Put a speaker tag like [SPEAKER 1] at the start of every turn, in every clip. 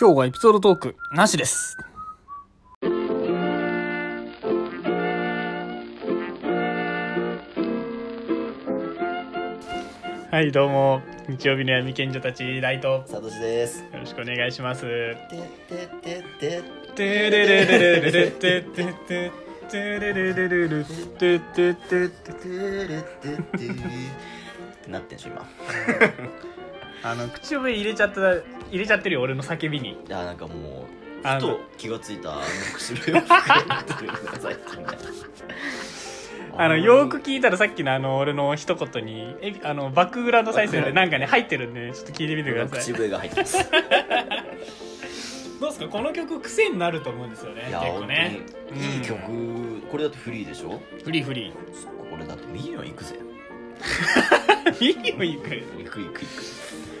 [SPEAKER 1] 今日はエピソードトークなしです。はい、どうも。日曜日の闇賢者たち、ライト。よ
[SPEAKER 2] サトシです。
[SPEAKER 1] ろしくお願いします。
[SPEAKER 2] てててて
[SPEAKER 1] てれれれれれれててててれれれれれてててて
[SPEAKER 2] ててれててってなってんでしょ今。
[SPEAKER 1] あの口笛入れちゃった入れちゃってるよ俺の叫びに
[SPEAKER 2] いやなんかもう
[SPEAKER 1] あ
[SPEAKER 2] ふ
[SPEAKER 1] の
[SPEAKER 2] と気がついたあの口笛を吹くようになってるんだ最近ね。
[SPEAKER 1] あのよーく聞いたらさっきのあの俺の一言にえあのバックグラウンド再生でなんかね入ってるんでちょっと聞いてみてください
[SPEAKER 2] 口笛が入ってます。
[SPEAKER 1] どうですかこの曲癖になると思うんですよね
[SPEAKER 2] い
[SPEAKER 1] 結
[SPEAKER 2] や
[SPEAKER 1] 構
[SPEAKER 2] 本
[SPEAKER 1] ね
[SPEAKER 2] 当にいい曲。これだってフリーでしょ。
[SPEAKER 1] フリーフリー
[SPEAKER 2] これだってミリオン行くぜ。
[SPEAKER 1] いいよいいよ
[SPEAKER 2] 行く行く行く。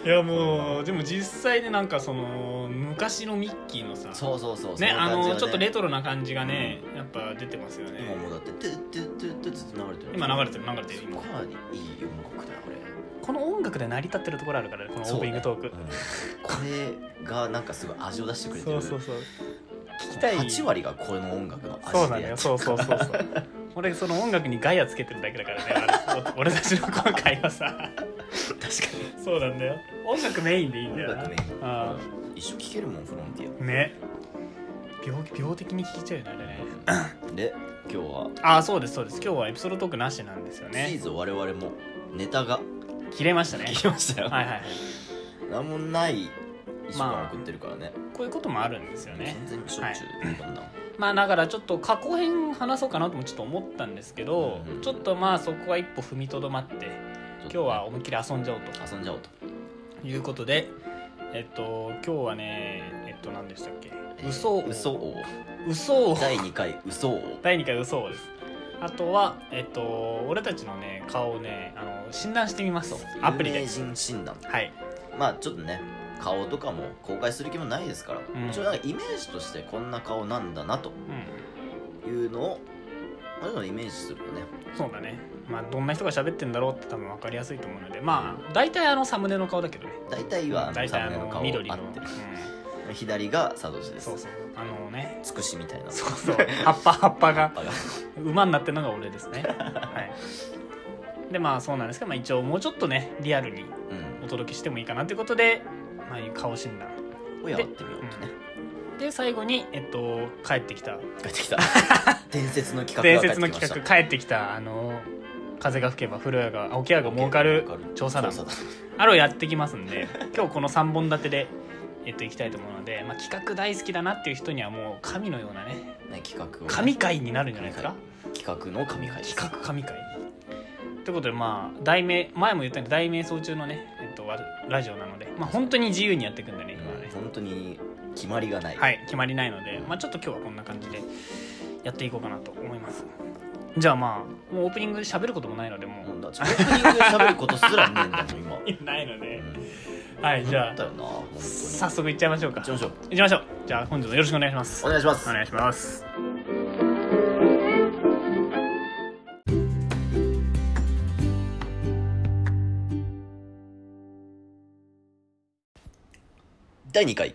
[SPEAKER 1] いやもうでも実際ねなんかその昔のミッキーのさ
[SPEAKER 2] そうそうそう。
[SPEAKER 1] ねあのちょっとレ
[SPEAKER 2] ト。
[SPEAKER 1] トロな感じがね、やっぱ出てますよね
[SPEAKER 2] 今もうだってててててずっと流れてる。
[SPEAKER 1] 今流れてる流れてる今
[SPEAKER 2] 今。かなりいい音楽だよこれ。
[SPEAKER 1] この音楽で成り立ってるところあるからねこのオープニングトーク
[SPEAKER 2] これがなんかすごい味を出してくれて
[SPEAKER 1] そう
[SPEAKER 2] る
[SPEAKER 1] そうそう聞きたい
[SPEAKER 2] 8割がこの音楽の味で
[SPEAKER 1] そうなんだよそうそうそうそう俺その音楽にガヤつけてるだけだからね 俺俺たちの今回はさ
[SPEAKER 2] 確か
[SPEAKER 1] そうなんだよ音楽メインでいいん
[SPEAKER 2] に
[SPEAKER 1] だ
[SPEAKER 2] 音
[SPEAKER 1] よ
[SPEAKER 2] 楽
[SPEAKER 1] な
[SPEAKER 2] ね
[SPEAKER 1] あ
[SPEAKER 2] 一生聴けるもんフロンティ
[SPEAKER 1] ね病病的に聞いちゃうよねあれね
[SPEAKER 2] アで今日は
[SPEAKER 1] ああそうですそうです今日はエピソードトークなしなんですよ
[SPEAKER 2] つい
[SPEAKER 1] ね
[SPEAKER 2] ぞ我々もネ タが
[SPEAKER 1] 切れましたね
[SPEAKER 2] 切れましたよ
[SPEAKER 1] はいはい
[SPEAKER 2] 何もない1週
[SPEAKER 1] まあ
[SPEAKER 2] 間送ってるからね
[SPEAKER 1] こういうこともあるんですよね
[SPEAKER 2] 全然しょっちゅうこんなの
[SPEAKER 1] まあだからちょっと過去編話そうかなともちょっと思ったんですけど、
[SPEAKER 2] うんうん
[SPEAKER 1] ちょっとまあそこは一歩踏みとどまって今日は思いっきり遊んじゃおうと
[SPEAKER 2] 遊んじゃおうと
[SPEAKER 1] いうことでえっと今日はねえっと何でしたっけ
[SPEAKER 2] えー
[SPEAKER 1] 嘘を
[SPEAKER 2] 嘘王
[SPEAKER 1] 嘘を
[SPEAKER 2] 第2回嘘王
[SPEAKER 1] 第2回嘘をですあとはえっと俺たちのね顔をねあの診断してみますアプリ
[SPEAKER 2] 有
[SPEAKER 1] で
[SPEAKER 2] 名人診断
[SPEAKER 1] はい
[SPEAKER 2] まあちょっとね顔とかも公開する気もないですから、
[SPEAKER 1] ん
[SPEAKER 2] 一応なんかイメージとしてこんな顔なんだなと
[SPEAKER 1] う
[SPEAKER 2] いうのをあれのイメージするとね
[SPEAKER 1] んそうだねまあどんな人が喋ってんだろうって多分分かりやすいと思うのでまあ大体あのサムネの顔だけどね
[SPEAKER 2] 大体はあ
[SPEAKER 1] 大体
[SPEAKER 2] のサ
[SPEAKER 1] あ
[SPEAKER 2] ムネの
[SPEAKER 1] の
[SPEAKER 2] 顔
[SPEAKER 1] 緑の、
[SPEAKER 2] あっ
[SPEAKER 1] うん、
[SPEAKER 2] て左がサトシです
[SPEAKER 1] そうそうあのね
[SPEAKER 2] つくしみたい な
[SPEAKER 1] そうそう葉っぱ葉っぱが
[SPEAKER 2] あが
[SPEAKER 1] 馬になってるのが俺です ね、はい、でまあそうなんですけど、まあ、一応もうちょっとねリアルにお届けしてもいいかなということで、まあ、顔診断
[SPEAKER 2] うんをやってみようとね
[SPEAKER 1] で最後に、えっと、帰ってきた
[SPEAKER 2] 帰ってき た伝説の企画
[SPEAKER 1] 伝
[SPEAKER 2] が
[SPEAKER 1] 説の
[SPEAKER 2] 帰ってき
[SPEAKER 1] 企
[SPEAKER 2] ました
[SPEAKER 1] 画帰ってきたあの風が吹けば風呂屋が桶屋が儲かる調査団
[SPEAKER 2] 調査
[SPEAKER 1] あれをやってきますんで今日この3本立てで、えっと、いきたいと思うので、まあ、企画大好きだなっていう人にはもう神のようなね
[SPEAKER 2] ね企画をね
[SPEAKER 1] 神回になるんじゃないですか
[SPEAKER 2] 企画の神回です
[SPEAKER 1] 企画神回ということでまあ題名前も言ったように題名想中のね、えっと、わラジオなのでまあ本当に自由にやっていくんだね今は
[SPEAKER 2] う
[SPEAKER 1] ね
[SPEAKER 2] ん本当に決まりがない、
[SPEAKER 1] はい決まりないので、まあ、ちょっと今日はこんな感じでやっていこうかなと思いますじゃあまあもうオープニングで喋ることもないのでも
[SPEAKER 2] も
[SPEAKER 1] う
[SPEAKER 2] うだってオープニングで喋ることすらねえんだもん今
[SPEAKER 1] ないので
[SPEAKER 2] う
[SPEAKER 1] はい
[SPEAKER 2] ん
[SPEAKER 1] じ
[SPEAKER 2] あ
[SPEAKER 1] ゃ
[SPEAKER 2] った
[SPEAKER 1] あ
[SPEAKER 2] よな本当に
[SPEAKER 1] 早速いっちゃいましょうか
[SPEAKER 2] 行きましょう
[SPEAKER 1] いきましょうじゃあ本日もよろしくお願いします
[SPEAKER 2] お願いします
[SPEAKER 1] お願いします
[SPEAKER 2] 第2回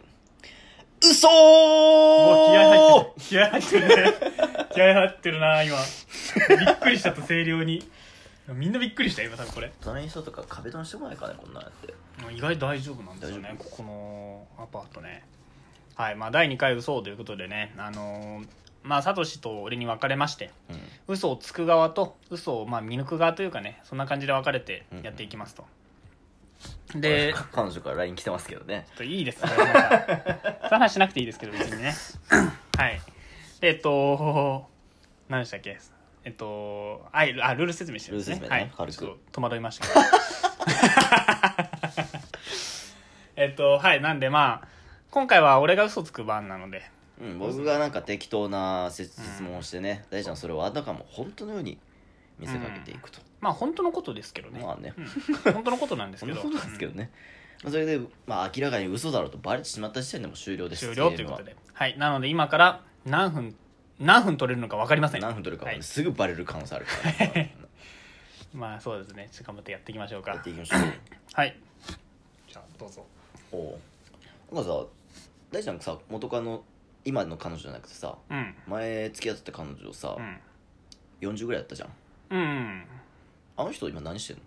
[SPEAKER 2] 嘘
[SPEAKER 1] お気合入っ
[SPEAKER 2] ー
[SPEAKER 1] てる気合入ってるね気合入ってるな今びっくりしたと声量にみんなびっくりした今多分これ
[SPEAKER 2] 隣の人とか壁ドンしてこないかねこんなのやって
[SPEAKER 1] 意外と大丈夫なんですよね
[SPEAKER 2] 大
[SPEAKER 1] ここのアパートねはいまあ第2回嘘ということでねあのーまあサトシと俺に分かれまして
[SPEAKER 2] う
[SPEAKER 1] 嘘をつく側と嘘をまあ見抜く側というかねそんな感じで分かれてやっていきますと、
[SPEAKER 2] ん
[SPEAKER 1] で
[SPEAKER 2] か彼女から LINE 来てますけどね
[SPEAKER 1] ちょっといいですねなんかその話しなくていいですけど別にねはいでえっと何でしたっけえっとあいあルール説明してるんですね
[SPEAKER 2] ルール説明ね
[SPEAKER 1] はい
[SPEAKER 2] 軽く
[SPEAKER 1] ちょっと戸惑いましたけどえっとはいなんでまあ今回は俺が嘘つく番なので
[SPEAKER 2] うん、僕がなんか適当な質問をしてね、大ちゃんそれをあたかも本当のように見せかけていくと、
[SPEAKER 1] まあ本当のことですけどね,、
[SPEAKER 2] まあね
[SPEAKER 1] うん本当のことなんです
[SPEAKER 2] そん
[SPEAKER 1] け
[SPEAKER 2] な
[SPEAKER 1] ど
[SPEAKER 2] ことなんですけどね、まあ、それで、まあ、明らかに嘘だろうとバレてしまった時点でもう終了
[SPEAKER 1] うん
[SPEAKER 2] です
[SPEAKER 1] 終了ということではいなので今から何分何分取れるのか分かりま
[SPEAKER 2] ゲ
[SPEAKER 1] せ
[SPEAKER 2] ー
[SPEAKER 1] ん
[SPEAKER 2] ムは何分取るかはね、
[SPEAKER 1] はい
[SPEAKER 2] すぐバレる可能性あるから、ね、
[SPEAKER 1] まあそうですねちょっと頑張ってやっていきましょう
[SPEAKER 2] やっ
[SPEAKER 1] か
[SPEAKER 2] ていきましょ
[SPEAKER 1] はいじゃあどうぞ
[SPEAKER 2] うおうなんかさ大ちゃんさ元カノ今の彼女じゃなくてさ
[SPEAKER 1] うん
[SPEAKER 2] 前付き合ってた彼女さ、
[SPEAKER 1] うん
[SPEAKER 2] 40ぐらいだったじゃん
[SPEAKER 1] うん
[SPEAKER 2] あの人今何してんの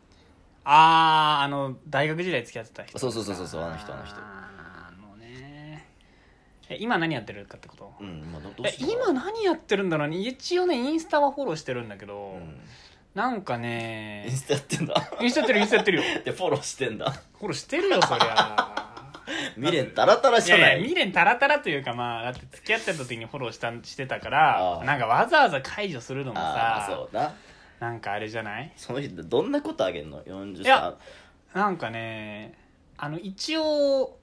[SPEAKER 1] あーあの大学時代付き合ってた人
[SPEAKER 2] そうそうそうそうそうあの人あの人
[SPEAKER 1] あのねえ今何やってるかってこと
[SPEAKER 2] うん今どどう
[SPEAKER 1] え
[SPEAKER 2] してんの
[SPEAKER 1] 今何やってるんだろうね一応ねインスタはフォローしてるんだけど、
[SPEAKER 2] うん
[SPEAKER 1] なんか
[SPEAKER 2] イン
[SPEAKER 1] ね
[SPEAKER 2] スタやってんだ
[SPEAKER 1] インスタやってるインスタやってるよ
[SPEAKER 2] でフォローして んだ
[SPEAKER 1] フォローしてるよそり ゃ
[SPEAKER 2] 未練タラタラ
[SPEAKER 1] い
[SPEAKER 2] じゃな
[SPEAKER 1] やい
[SPEAKER 2] い
[SPEAKER 1] や未練たらたらというかまあだって付き合ってた時にフォローしたしてたから
[SPEAKER 2] ああ
[SPEAKER 1] なんかわざわざ解除するのも
[SPEAKER 2] あ
[SPEAKER 1] さ
[SPEAKER 2] あそうな
[SPEAKER 1] なんかあれじゃない
[SPEAKER 2] その人どんなことあげんの40歳
[SPEAKER 1] いやなんかねあの一応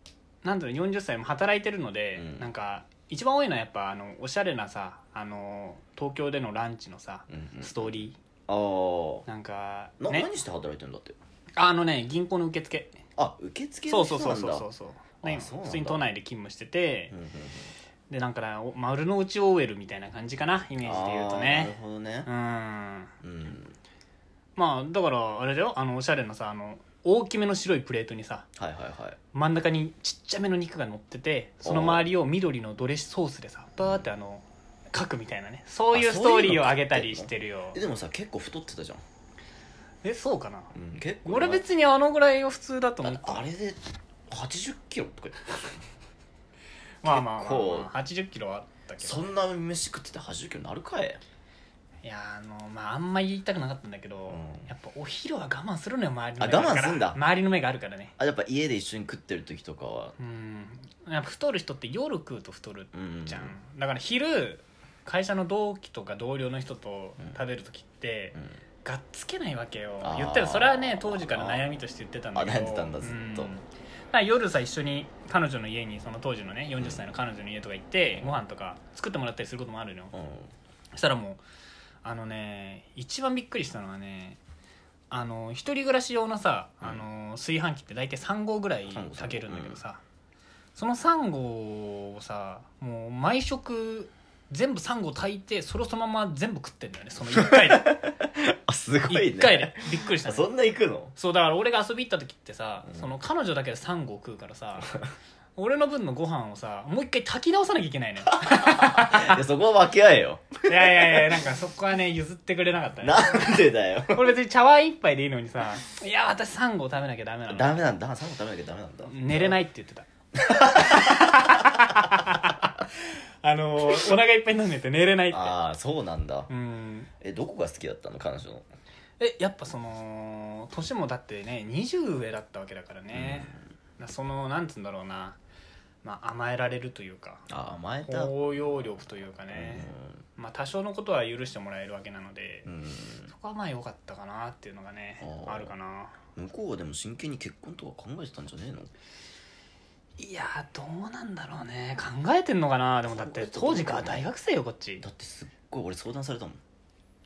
[SPEAKER 1] なんだろう40歳も働いてるので、
[SPEAKER 2] うん
[SPEAKER 1] なんか一番多いのはやっぱあのおしゃれなさあの東京でのランチのさ、
[SPEAKER 2] うんうん
[SPEAKER 1] ストーリ
[SPEAKER 2] あー
[SPEAKER 1] ーなんか
[SPEAKER 2] な
[SPEAKER 1] ね
[SPEAKER 2] 何して働いてんだって
[SPEAKER 1] あのね銀行の受付
[SPEAKER 2] あ受付
[SPEAKER 1] そ
[SPEAKER 2] の
[SPEAKER 1] うそ
[SPEAKER 2] 人
[SPEAKER 1] う
[SPEAKER 2] なん
[SPEAKER 1] そ
[SPEAKER 2] だ
[SPEAKER 1] うそうそうそう、ね
[SPEAKER 2] あそうなんだ
[SPEAKER 1] 普通に都内で勤務してて、
[SPEAKER 2] うんうんうん
[SPEAKER 1] でなんかなお丸の内 OL みたいな感じかなイメージで言うと
[SPEAKER 2] あーなる
[SPEAKER 1] ね
[SPEAKER 2] ほどね
[SPEAKER 1] うんま
[SPEAKER 2] うん
[SPEAKER 1] あだからあれだよあのおしゃれなさあの大きめの白いプレートにさ
[SPEAKER 2] はいはいはい
[SPEAKER 1] 真ん中にちっちゃめの肉が乗っててその周りを緑のドレッシュソースでさバーってあの書くみたいなねそういう
[SPEAKER 2] あ
[SPEAKER 1] ス
[SPEAKER 2] そ
[SPEAKER 1] トー
[SPEAKER 2] ういうの
[SPEAKER 1] リーをあげたりしてるよ
[SPEAKER 2] えでもさ結構太ってたじゃん、
[SPEAKER 1] えそうかな
[SPEAKER 2] うん、結構
[SPEAKER 1] 俺別にあのぐらいが普通だと
[SPEAKER 2] だ
[SPEAKER 1] 思
[SPEAKER 2] っ
[SPEAKER 1] ってて
[SPEAKER 2] あれで80キロとか
[SPEAKER 1] まあまあまあ、ま
[SPEAKER 2] 結
[SPEAKER 1] あ、8 0キロはあったけ
[SPEAKER 2] そ
[SPEAKER 1] ど
[SPEAKER 2] んな飯食ってて80キロになるかい
[SPEAKER 1] いやあのまああんま言いたくなかったんだけど、
[SPEAKER 2] うん
[SPEAKER 1] やっぱお昼は我慢するのよ周りの
[SPEAKER 2] あ
[SPEAKER 1] 目がある
[SPEAKER 2] 我慢
[SPEAKER 1] から
[SPEAKER 2] すんだ
[SPEAKER 1] 周りの目があるからね
[SPEAKER 2] あやっぱ家で一緒に食ってる時とかは
[SPEAKER 1] うんやっぱ太る人って夜食うと太る
[SPEAKER 2] うん
[SPEAKER 1] じゃん、だから昼会社の同期とか同僚の人と食べる時って、
[SPEAKER 2] うん
[SPEAKER 1] がっつけないわけよ
[SPEAKER 2] あー
[SPEAKER 1] 言ったらそれはね当時から悩みとして言ってたんだけど
[SPEAKER 2] あ悩んでたんだずっと
[SPEAKER 1] うだから夜さ一緒に彼女の家にその当時のね40歳の彼女の家とか行って、ご飯とか作ってもらったりすることもあるのよ、
[SPEAKER 2] うん
[SPEAKER 1] そしたらもうあのね一番びっくりしたのはねあの一人暮らし用のさ、
[SPEAKER 2] うん
[SPEAKER 1] あの炊飯器って大体3合ぐらい
[SPEAKER 2] 3合
[SPEAKER 1] 炊けるんだけどさ、その3合をさもう毎食全部3合炊いてそれをそのまま全部食ってんだよねその1回 で
[SPEAKER 2] あすごいね
[SPEAKER 1] 1回でびっくりした
[SPEAKER 2] あ
[SPEAKER 1] ね
[SPEAKER 2] そんな行 くの
[SPEAKER 1] そうだから俺が遊び行った時ってさ、
[SPEAKER 2] うん
[SPEAKER 1] その彼女だけで3合食うから さ俺の分のご飯をさもう一回炊き直さなきゃいけない のよ
[SPEAKER 2] いやそこは分け合えよ
[SPEAKER 1] いやいやいやなんかそこはね譲ってくれなかったね
[SPEAKER 2] なんでだよ
[SPEAKER 1] これ別に茶碗一杯でいいのに さ「いや私サンゴ食べなきゃダメなの
[SPEAKER 2] ダメなんだサンゴ食べなきゃダメなんだ
[SPEAKER 1] 寝れない」って言 ってたあのお腹いっぱいになんでて寝れないって
[SPEAKER 2] ああそうなんだ
[SPEAKER 1] うん
[SPEAKER 2] えどこが好きだったの彼女の
[SPEAKER 1] えやっぱその年もだってね20上だったわけだからね、だそのなんつうんだろうな、まあ、甘えられるというか
[SPEAKER 2] あ甘えた
[SPEAKER 1] 包容力というかね、まあ多少のことは許してもらえるわけなので、
[SPEAKER 2] うん、
[SPEAKER 1] そこはまあ良かったかなっていうのがね
[SPEAKER 2] あー
[SPEAKER 1] あるかな
[SPEAKER 2] うん、向こうはでも真剣に結婚とか考えてたんじゃねえの
[SPEAKER 1] いやーどうなんだろうね考えてんのかなでもだって当時から大学生よこっち
[SPEAKER 2] だってすっごい俺相談されたもん、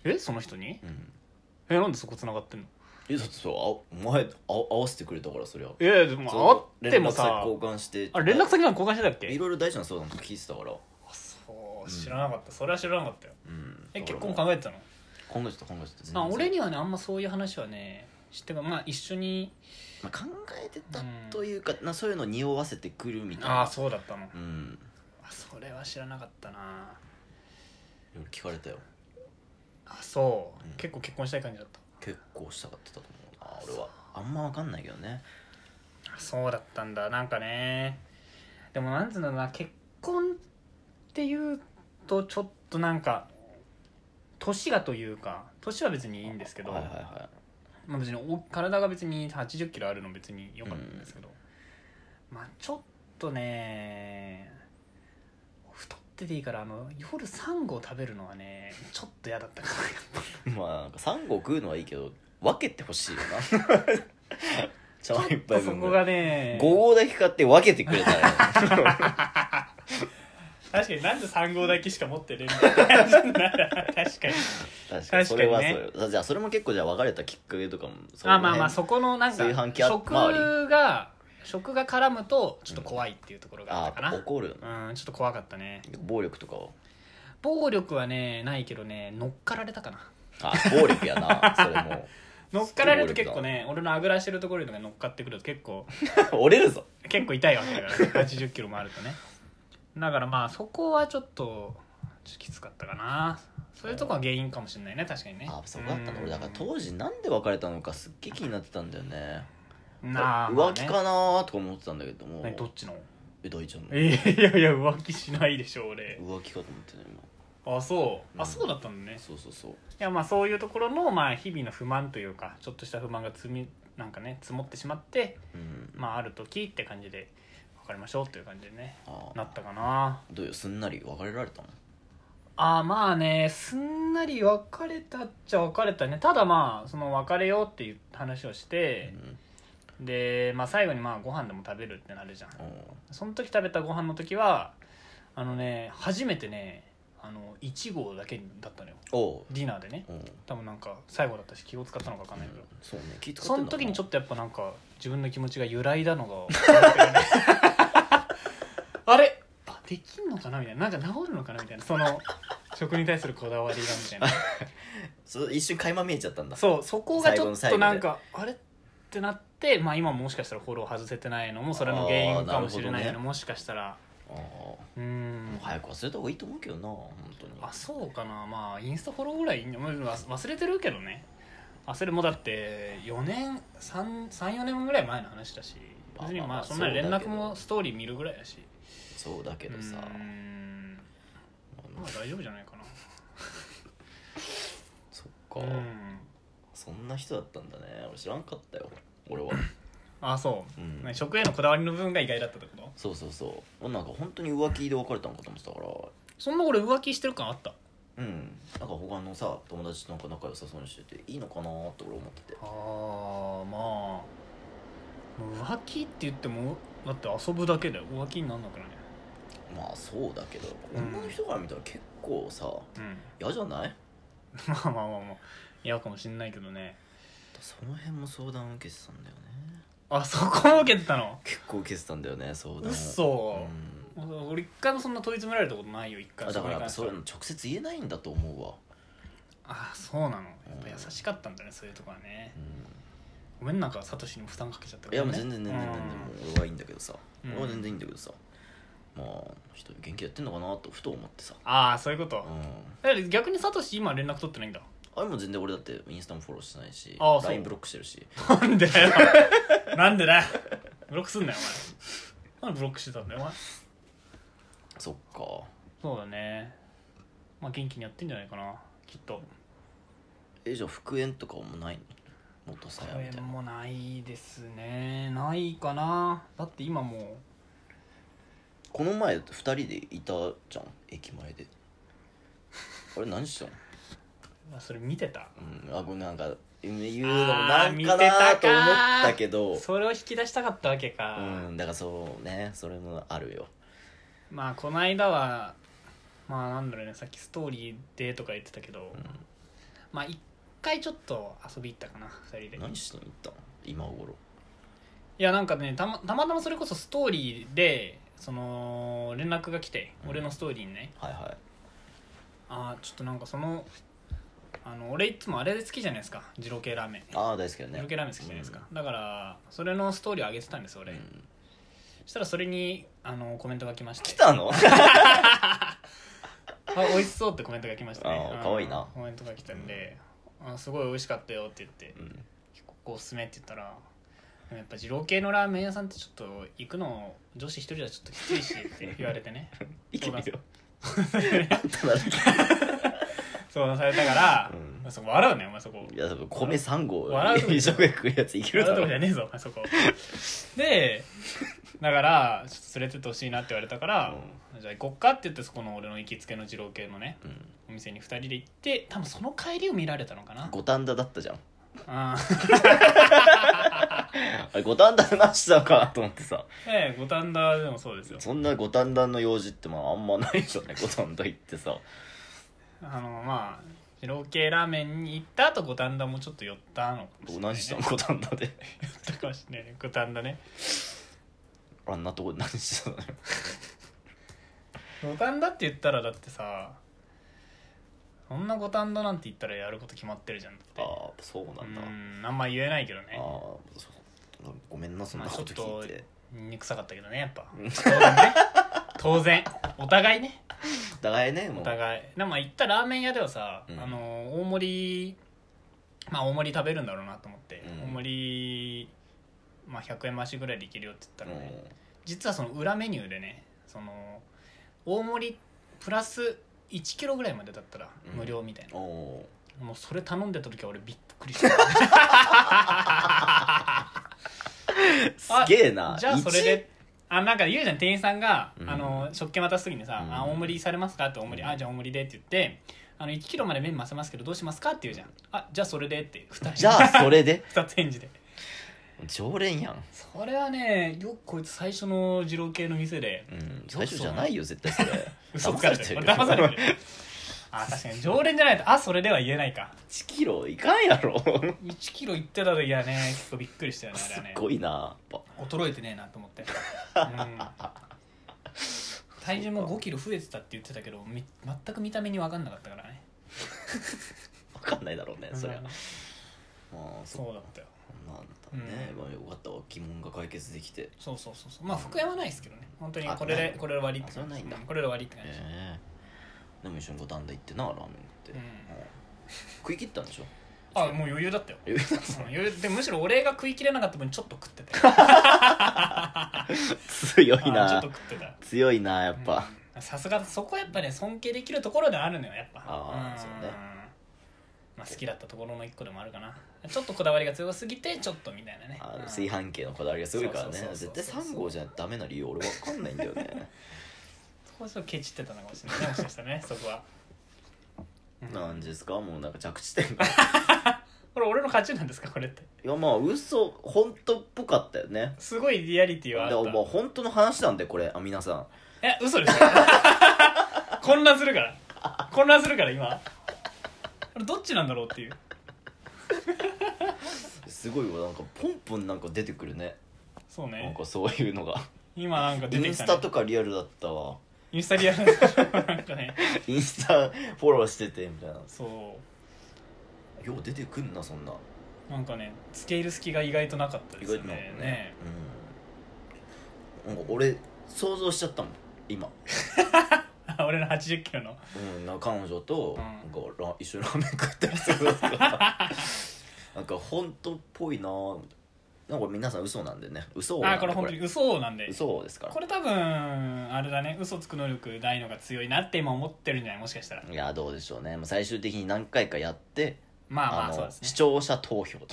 [SPEAKER 1] えその人に
[SPEAKER 2] うん、
[SPEAKER 1] えなんでそこ繋がってんの
[SPEAKER 2] えだってそうあお前あ合わせてくれたからそりゃ
[SPEAKER 1] いやでもあってもさ
[SPEAKER 2] 連絡先交換して
[SPEAKER 1] あ連絡先なんか交換してたっ
[SPEAKER 2] い
[SPEAKER 1] け
[SPEAKER 2] ろいろ大事な相談とか聞いてたから
[SPEAKER 1] あそう知らなかったそれは知らなかったよ
[SPEAKER 2] うん
[SPEAKER 1] え
[SPEAKER 2] だ
[SPEAKER 1] 結
[SPEAKER 2] から
[SPEAKER 1] 婚考えてたの
[SPEAKER 2] 考えてた考えてた全然
[SPEAKER 1] あ俺にはねあんまそういう話はね知ってかまあ一緒に
[SPEAKER 2] まあ、考えてたというか、なそういうの匂わせてくるみたいな
[SPEAKER 1] ああそうだったの
[SPEAKER 2] うん
[SPEAKER 1] あそれは知らなかったな
[SPEAKER 2] 俺聞かれたよ
[SPEAKER 1] あそう、
[SPEAKER 2] うん
[SPEAKER 1] 結構結婚したい感じだった
[SPEAKER 2] 結構したかってたと思うな俺はあんま分かんないけどね
[SPEAKER 1] そうだったんだなんかねでもなんつうんだろうな結婚っていうとちょっとなんか年がというか年は別にいいんですけど、
[SPEAKER 2] はいはいは
[SPEAKER 1] まあ、別にお体が別に8 0キロあるの別に良かったんですけど、まあちょっとね太ってていいからあの夜サンゴを食べるのはねちょっと嫌だった か
[SPEAKER 2] いまあなんかサンゴ食うのはいいけど分けてほしいよな 茶碗一
[SPEAKER 1] ら
[SPEAKER 2] 杯
[SPEAKER 1] そ
[SPEAKER 2] 分
[SPEAKER 1] こ
[SPEAKER 2] ぐらい
[SPEAKER 1] がね
[SPEAKER 2] 5合だけ買って分けてくれた らよ
[SPEAKER 1] 確かになんで3合だけしか持ってねえみたいな感じになる確かに
[SPEAKER 2] 確
[SPEAKER 1] か
[SPEAKER 2] か
[SPEAKER 1] にね
[SPEAKER 2] にそれはそうよだじゃあそれも結構じゃあ別れたきっかけとかもそ
[SPEAKER 1] あまあまあ
[SPEAKER 2] う
[SPEAKER 1] そこのなんか
[SPEAKER 2] 炊飯器あ周
[SPEAKER 1] 食が食が絡むとちょっと怖いっていうところがあったかな、
[SPEAKER 2] あ怒るよな
[SPEAKER 1] うん、ちょっと怖かったね
[SPEAKER 2] 暴力とかは
[SPEAKER 1] 暴力はねないけどね乗っかられたかな
[SPEAKER 2] あ暴力やなそれも
[SPEAKER 1] 乗っかられると結構ね俺のあぐらしてるところとかに乗っかってくると結構
[SPEAKER 2] う折れるぞ
[SPEAKER 1] 結構痛いわけだから、ね、8 0キロもあるとねだからまあそこはちょっとちょっときつかったかなそういうとこは原因かもしれないね確かにね
[SPEAKER 2] あそこだった
[SPEAKER 1] うん
[SPEAKER 2] の俺だから当時なんで別れたのかすっげえ気になってたんだよね
[SPEAKER 1] なあ
[SPEAKER 2] 浮気
[SPEAKER 1] まあね
[SPEAKER 2] かなーとか思ってたんだけども
[SPEAKER 1] 何どっちの
[SPEAKER 2] え大ちゃんの
[SPEAKER 1] えいやいや浮気しないでしょ俺
[SPEAKER 2] 浮気かと思ってたよ
[SPEAKER 1] あそう
[SPEAKER 2] う
[SPEAKER 1] あ
[SPEAKER 2] ん
[SPEAKER 1] そうだったんだね
[SPEAKER 2] 今そうそうそう
[SPEAKER 1] いやまあそういうところのまあ日々の不満というかちょっとした不満が積みなんかね積もってしまって
[SPEAKER 2] うん
[SPEAKER 1] まあある時って感じで別れましょうっていう感じでね
[SPEAKER 2] あ
[SPEAKER 1] なったかな
[SPEAKER 2] どうよすんなり別れられたの
[SPEAKER 1] あーまあねすんなり別れたっちゃ別れたねただまあその別れようっていう話をし
[SPEAKER 2] う
[SPEAKER 1] て、
[SPEAKER 2] ん
[SPEAKER 1] で、まあ、最後にまあご飯でも食べるってなるじゃん
[SPEAKER 2] お
[SPEAKER 1] その時食べたご飯の時はあのね初めてねあの1合だけだったのよ
[SPEAKER 2] うおう
[SPEAKER 1] ディナーでね
[SPEAKER 2] うん
[SPEAKER 1] 多分なんか最後だったし気を使ったのか分かんないけど、
[SPEAKER 2] そうね気使って
[SPEAKER 1] そ
[SPEAKER 2] ん
[SPEAKER 1] の
[SPEAKER 2] だな
[SPEAKER 1] 時にちょっとやっぱなんか自分の気持ちが揺らいだのが あれあできんのかなみたいななんか治るのかなみたいなその食に対するこだわりがみたいな
[SPEAKER 2] そう一瞬垣間見えちゃったんだ
[SPEAKER 1] そうそこがちょっ
[SPEAKER 2] 最
[SPEAKER 1] と
[SPEAKER 2] 後の最後で
[SPEAKER 1] なんかあれってなって、まあ、今もしかしたらフォロー外せてないのもそれの原因かもしれない
[SPEAKER 2] あー
[SPEAKER 1] の、
[SPEAKER 2] なるほどね
[SPEAKER 1] もしかしたら
[SPEAKER 2] ああ
[SPEAKER 1] うーん
[SPEAKER 2] 早く忘れた方がいいと思うけどな本当に
[SPEAKER 1] あそうかなまあインスタフォローぐらいいいんじゃまあ忘忘れてるけどね焦るもだって4年34年ぐらい前の話だし別に
[SPEAKER 2] まあま
[SPEAKER 1] まあ
[SPEAKER 2] あまあ
[SPEAKER 1] そんなに連
[SPEAKER 2] そうだけ
[SPEAKER 1] 絡
[SPEAKER 2] ど
[SPEAKER 1] もストーリー見るぐらいだし
[SPEAKER 2] そうだけどさ
[SPEAKER 1] うーんまあ大丈夫じゃないかな
[SPEAKER 2] そっか
[SPEAKER 1] うん
[SPEAKER 2] そんな人だったんだね俺知らんかったよ俺 は
[SPEAKER 1] あそうう、
[SPEAKER 2] ん
[SPEAKER 1] ね食へのこだわりの部分が意外だったってこと
[SPEAKER 2] そうそうそうなんか本当に浮気で別れたのかと思ってたから
[SPEAKER 1] そんな俺浮気してる感あった
[SPEAKER 2] うんなんか他のさ友達となんか仲良さそうにしてていいのかなーって俺思ってて
[SPEAKER 1] ああまあ浮気って言ってもだって遊ぶだけだよ浮気になんなくない
[SPEAKER 2] まあそうだけど
[SPEAKER 1] うん
[SPEAKER 2] 女の人から見たら結構さ
[SPEAKER 1] うん
[SPEAKER 2] 嫌じゃない
[SPEAKER 1] まあまあまあまあ嫌かもしんないけどね
[SPEAKER 2] その辺も相談受けてたんだよね
[SPEAKER 1] あそこも受けてたの
[SPEAKER 2] 結構受けてたんだよね相談を
[SPEAKER 1] うっそ
[SPEAKER 2] うん
[SPEAKER 1] 俺一回もそんな問い詰められたことないよ一回
[SPEAKER 2] あだか
[SPEAKER 1] こに
[SPEAKER 2] ら
[SPEAKER 1] 関して
[SPEAKER 2] そう
[SPEAKER 1] は
[SPEAKER 2] いうの直接言えないんだと思うわ、
[SPEAKER 1] あそうなのやっぱ優しかったんだねそういうとこはね
[SPEAKER 2] う
[SPEAKER 1] ご
[SPEAKER 2] ん、
[SPEAKER 1] めんなんかサトシにも負担かけちゃった
[SPEAKER 2] い
[SPEAKER 1] け
[SPEAKER 2] や
[SPEAKER 1] ど
[SPEAKER 2] も
[SPEAKER 1] ね
[SPEAKER 2] う全然全然全然もう俺はいいんだけどさ、
[SPEAKER 1] うん
[SPEAKER 2] 俺は全然いいんだけどさまあ人元気やってんのかなとふと思ってさ、
[SPEAKER 1] ああそういうこ
[SPEAKER 2] う
[SPEAKER 1] と
[SPEAKER 2] ん、
[SPEAKER 1] だから逆にサトシ今連絡取ってないんだ
[SPEAKER 2] あれも全然俺だってインスタもフォローしてないし
[SPEAKER 1] ああそう
[SPEAKER 2] LINE ブロックしてるし
[SPEAKER 1] なんで だよなんでだよブロックすんなよお前なんでブロックしてたんだよお前
[SPEAKER 2] そっか
[SPEAKER 1] そうだねまあ元気にやってんじゃないかなきっと
[SPEAKER 2] えじゃあ復縁とかもないの元さ
[SPEAKER 1] 公
[SPEAKER 2] やみ
[SPEAKER 1] 演
[SPEAKER 2] たいな
[SPEAKER 1] もないですねないかなだって今もう
[SPEAKER 2] この前2人でいたじゃん駅前 であれ何したの
[SPEAKER 1] あそれ見てた
[SPEAKER 2] うんあごめんなんか言うのも
[SPEAKER 1] あ
[SPEAKER 2] な
[SPEAKER 1] ー
[SPEAKER 2] ん
[SPEAKER 1] 見て
[SPEAKER 2] か
[SPEAKER 1] た
[SPEAKER 2] なーと思
[SPEAKER 1] か
[SPEAKER 2] ったけど
[SPEAKER 1] それを引き出したかったわけか、
[SPEAKER 2] うんだからそうねそれもあるよ
[SPEAKER 1] まあこの間はまあなんだろうねさっきストーリーでとか言ってたけど、
[SPEAKER 2] ん
[SPEAKER 1] まあ一回ちょっと遊び行ったかな2人で
[SPEAKER 2] 何しに行ったの今頃
[SPEAKER 1] いやなんかねたまたまたまそれこそストーリーでその連絡が来て、
[SPEAKER 2] うん
[SPEAKER 1] 俺のストーリーにね
[SPEAKER 2] はいはい
[SPEAKER 1] ああちょっとなんかそのあの俺いつもあれ好きじゃないですか二郎系ラーメン
[SPEAKER 2] ああ大好きだね
[SPEAKER 1] 二郎系ラーメン好きじゃないですか、だからそれのストーリーを上げてたんです
[SPEAKER 2] うん、
[SPEAKER 1] 俺、
[SPEAKER 2] うん
[SPEAKER 1] そしたらそれにあのコメントが来まして
[SPEAKER 2] 来た の
[SPEAKER 1] あ美味しそうってコメントが来ましたね
[SPEAKER 2] あー可愛いな
[SPEAKER 1] うんコメントが来たんで、あすごい美味しかったよって言って
[SPEAKER 2] うん
[SPEAKER 1] 結構おすすめって言ったらでもやっぱ二郎系のラーメン屋さんってちょっと行くの女子一人じゃちょっときついしって言われて ね
[SPEAKER 2] いけるよ
[SPEAKER 1] 相
[SPEAKER 2] あんたなら
[SPEAKER 1] 談されたから、
[SPEAKER 2] う
[SPEAKER 1] そこ笑うねお前そこ
[SPEAKER 2] いや多分米3合
[SPEAKER 1] 笑うとこ
[SPEAKER 2] 一生懸命食うやついける
[SPEAKER 1] 笑う
[SPEAKER 2] だ
[SPEAKER 1] と
[SPEAKER 2] ろ
[SPEAKER 1] こじゃねえぞお前そこでだからちょっと連れてってほしいなって言われたから、じゃあ行こっかって言ってそこの俺の行きつけの二郎系のね
[SPEAKER 2] うん
[SPEAKER 1] お店に2人で行って多分その帰りを見られたのかな
[SPEAKER 2] 五反田だったじゃん
[SPEAKER 1] あ
[SPEAKER 2] あれ五反田の話したのかなと思ってさ
[SPEAKER 1] ええ五反田でもそうですよ
[SPEAKER 2] そんな五反田の用事ってまああんまないでしょね五反田行ってさ
[SPEAKER 1] あのまあ二郎系ラーメンに行った後五反田もちょっと寄ったのかもしれない、ね、
[SPEAKER 2] 何したの五反田で
[SPEAKER 1] 寄ったかもしれないね五反田ね
[SPEAKER 2] あんなとこで何してたのよ
[SPEAKER 1] 五反田って言ったらだってさそんな五反田なんて言ったらやること決まってるじゃんだって
[SPEAKER 2] ああそうなんだ
[SPEAKER 1] うんあんま言えないけどね
[SPEAKER 2] ああそうごめんなそんなこと
[SPEAKER 1] まあちょっと
[SPEAKER 2] 聞いて
[SPEAKER 1] 憎さかったけどねやっぱ
[SPEAKER 2] うん
[SPEAKER 1] 当然ね当然お互いね
[SPEAKER 2] お互いねも
[SPEAKER 1] お
[SPEAKER 2] う
[SPEAKER 1] 互いでもまあ行ったラーメン屋ではさ、
[SPEAKER 2] うん
[SPEAKER 1] あの大盛りまあ大盛り食べるんだろうなと思って、
[SPEAKER 2] うん
[SPEAKER 1] 大盛り、まあ、100円増しぐらいでいけるよって言ったらね、
[SPEAKER 2] うん
[SPEAKER 1] 実はその裏メニューでねその大盛りプラス1キロぐらいまでだったら
[SPEAKER 2] うん
[SPEAKER 1] 無料みたいな、
[SPEAKER 2] おお
[SPEAKER 1] もうそれ頼んでた時は俺びっくりした
[SPEAKER 2] ーすげえな
[SPEAKER 1] じゃあそれであなんか言うじゃん店員さんが、
[SPEAKER 2] うん
[SPEAKER 1] あの食券渡す時にさ「
[SPEAKER 2] うん
[SPEAKER 1] あ大盛りされますか?」って「大盛り、
[SPEAKER 2] うん
[SPEAKER 1] あじゃあ大盛りで」って言って「あの1キロまで麺増せますけどどうしますか?」って言うじゃん「あじゃあそれで」って2人
[SPEAKER 2] 一じゃあ それで
[SPEAKER 1] 2つ返事で
[SPEAKER 2] 常連やん、
[SPEAKER 1] それはねよくこいつ最初の二郎系の店で
[SPEAKER 2] うん、最初じゃないよ絶対それ
[SPEAKER 1] 嘘つかれてる
[SPEAKER 2] 騙
[SPEAKER 1] 騙
[SPEAKER 2] さ
[SPEAKER 1] さ
[SPEAKER 2] れ
[SPEAKER 1] れ
[SPEAKER 2] て
[SPEAKER 1] て
[SPEAKER 2] る
[SPEAKER 1] るあ確かに常連じゃないと「あそれでは言えないか
[SPEAKER 2] 1キロいかんやろ
[SPEAKER 1] 1キロ行ってた時はね結構びっくりしたよねあれ
[SPEAKER 2] す
[SPEAKER 1] は
[SPEAKER 2] っ
[SPEAKER 1] ね
[SPEAKER 2] ごいなやっ
[SPEAKER 1] 衰えてねえなと思って、うん、体重も5キロ増えてたって言ってたけどみ全く見た目に分かんなかったからね
[SPEAKER 2] ぱ分かんないだろうねそりゃ、
[SPEAKER 1] うん
[SPEAKER 2] ああそ
[SPEAKER 1] そううだったよ
[SPEAKER 2] なんだね、
[SPEAKER 1] うん
[SPEAKER 2] まあよかったわ疑問が解決できて
[SPEAKER 1] そうそうそうそうまあ復縁はないですけどね本当に
[SPEAKER 2] あ
[SPEAKER 1] これ
[SPEAKER 2] ない
[SPEAKER 1] で
[SPEAKER 2] の
[SPEAKER 1] これで終わりって
[SPEAKER 2] あそれは
[SPEAKER 1] 感
[SPEAKER 2] な
[SPEAKER 1] じ
[SPEAKER 2] いんだ
[SPEAKER 1] うんこれで終わりって感じ、
[SPEAKER 2] ええでも一緒に五反田行ってなラーメン食って、
[SPEAKER 1] うん
[SPEAKER 2] うん食い切ったんでしょ
[SPEAKER 1] あもう余裕だったよ
[SPEAKER 2] え
[SPEAKER 1] うん余裕でむしろ俺が食い切れなかった分ちょっと食ってたよ
[SPEAKER 2] 強 い
[SPEAKER 1] あちょっ
[SPEAKER 2] な
[SPEAKER 1] と食ってた
[SPEAKER 2] 強いなやっぱ、
[SPEAKER 1] うんさすがそこはやっぱね尊敬できるところではあるのよやっぱ
[SPEAKER 2] あー
[SPEAKER 1] ん
[SPEAKER 2] そうね
[SPEAKER 1] まあ、好きだったところの一個でもあるかなちょっとこだわりが強すぎてちょっとみたいなね
[SPEAKER 2] あ
[SPEAKER 1] うん
[SPEAKER 2] の炊飯器のこだわりがすごいからね
[SPEAKER 1] そうそうそうそ
[SPEAKER 2] 絶
[SPEAKER 1] う
[SPEAKER 2] 対3号じゃダメな理由俺わかんないんだよね
[SPEAKER 1] そこはちょっとケチってたのかもしれないねもしかしたらねそこは、うん
[SPEAKER 2] なんですかもうなんか着地点がい
[SPEAKER 1] これ俺の勝ちなんですかこれって
[SPEAKER 2] やまあ嘘本当っぽかったよね
[SPEAKER 1] すごいリアリティ
[SPEAKER 2] で
[SPEAKER 1] はあ
[SPEAKER 2] も
[SPEAKER 1] っ
[SPEAKER 2] もう本当の話なんでこれあ皆さん
[SPEAKER 1] たえ嘘でしょ 混乱するから混乱するから今これどっちなんだろうっていう
[SPEAKER 2] すごいわなんかポンポンなんか出てくるね
[SPEAKER 1] そう
[SPEAKER 2] なん
[SPEAKER 1] ね
[SPEAKER 2] かそういうのが
[SPEAKER 1] 今なんか出
[SPEAKER 2] イ
[SPEAKER 1] て
[SPEAKER 2] ン
[SPEAKER 1] きた、
[SPEAKER 2] ス
[SPEAKER 1] ね
[SPEAKER 2] タ、とかリアルだったわ
[SPEAKER 1] インスタリアル なんかね
[SPEAKER 2] インスタフォローしててみたいな
[SPEAKER 1] そう
[SPEAKER 2] よう出てくんなそんな
[SPEAKER 1] なんかねつけ入る隙が意外となかったで
[SPEAKER 2] 意
[SPEAKER 1] すよ
[SPEAKER 2] 外となんか
[SPEAKER 1] ね
[SPEAKER 2] ね
[SPEAKER 1] ね
[SPEAKER 2] うんなんか俺想像しちゃったもん今、
[SPEAKER 1] 俺の8 0キロの
[SPEAKER 2] うん、なんか彼女と
[SPEAKER 1] うん
[SPEAKER 2] なんかラ一緒にラーメン食ったりするの がなんか本当っぽいなぁみたいななんかこれ皆さん嘘なんでね嘘なん
[SPEAKER 1] あ
[SPEAKER 2] で
[SPEAKER 1] これ本当に嘘なんで
[SPEAKER 2] 嘘ですから
[SPEAKER 1] これ多分あれだね嘘つく能力ないのが強いなって今思ってるんじゃないもしかしたら
[SPEAKER 2] いやどうでしょうねもう最終的に何回かやって
[SPEAKER 1] まあま
[SPEAKER 2] あ
[SPEAKER 1] あそう
[SPEAKER 2] の
[SPEAKER 1] ですね
[SPEAKER 2] 視聴者投票と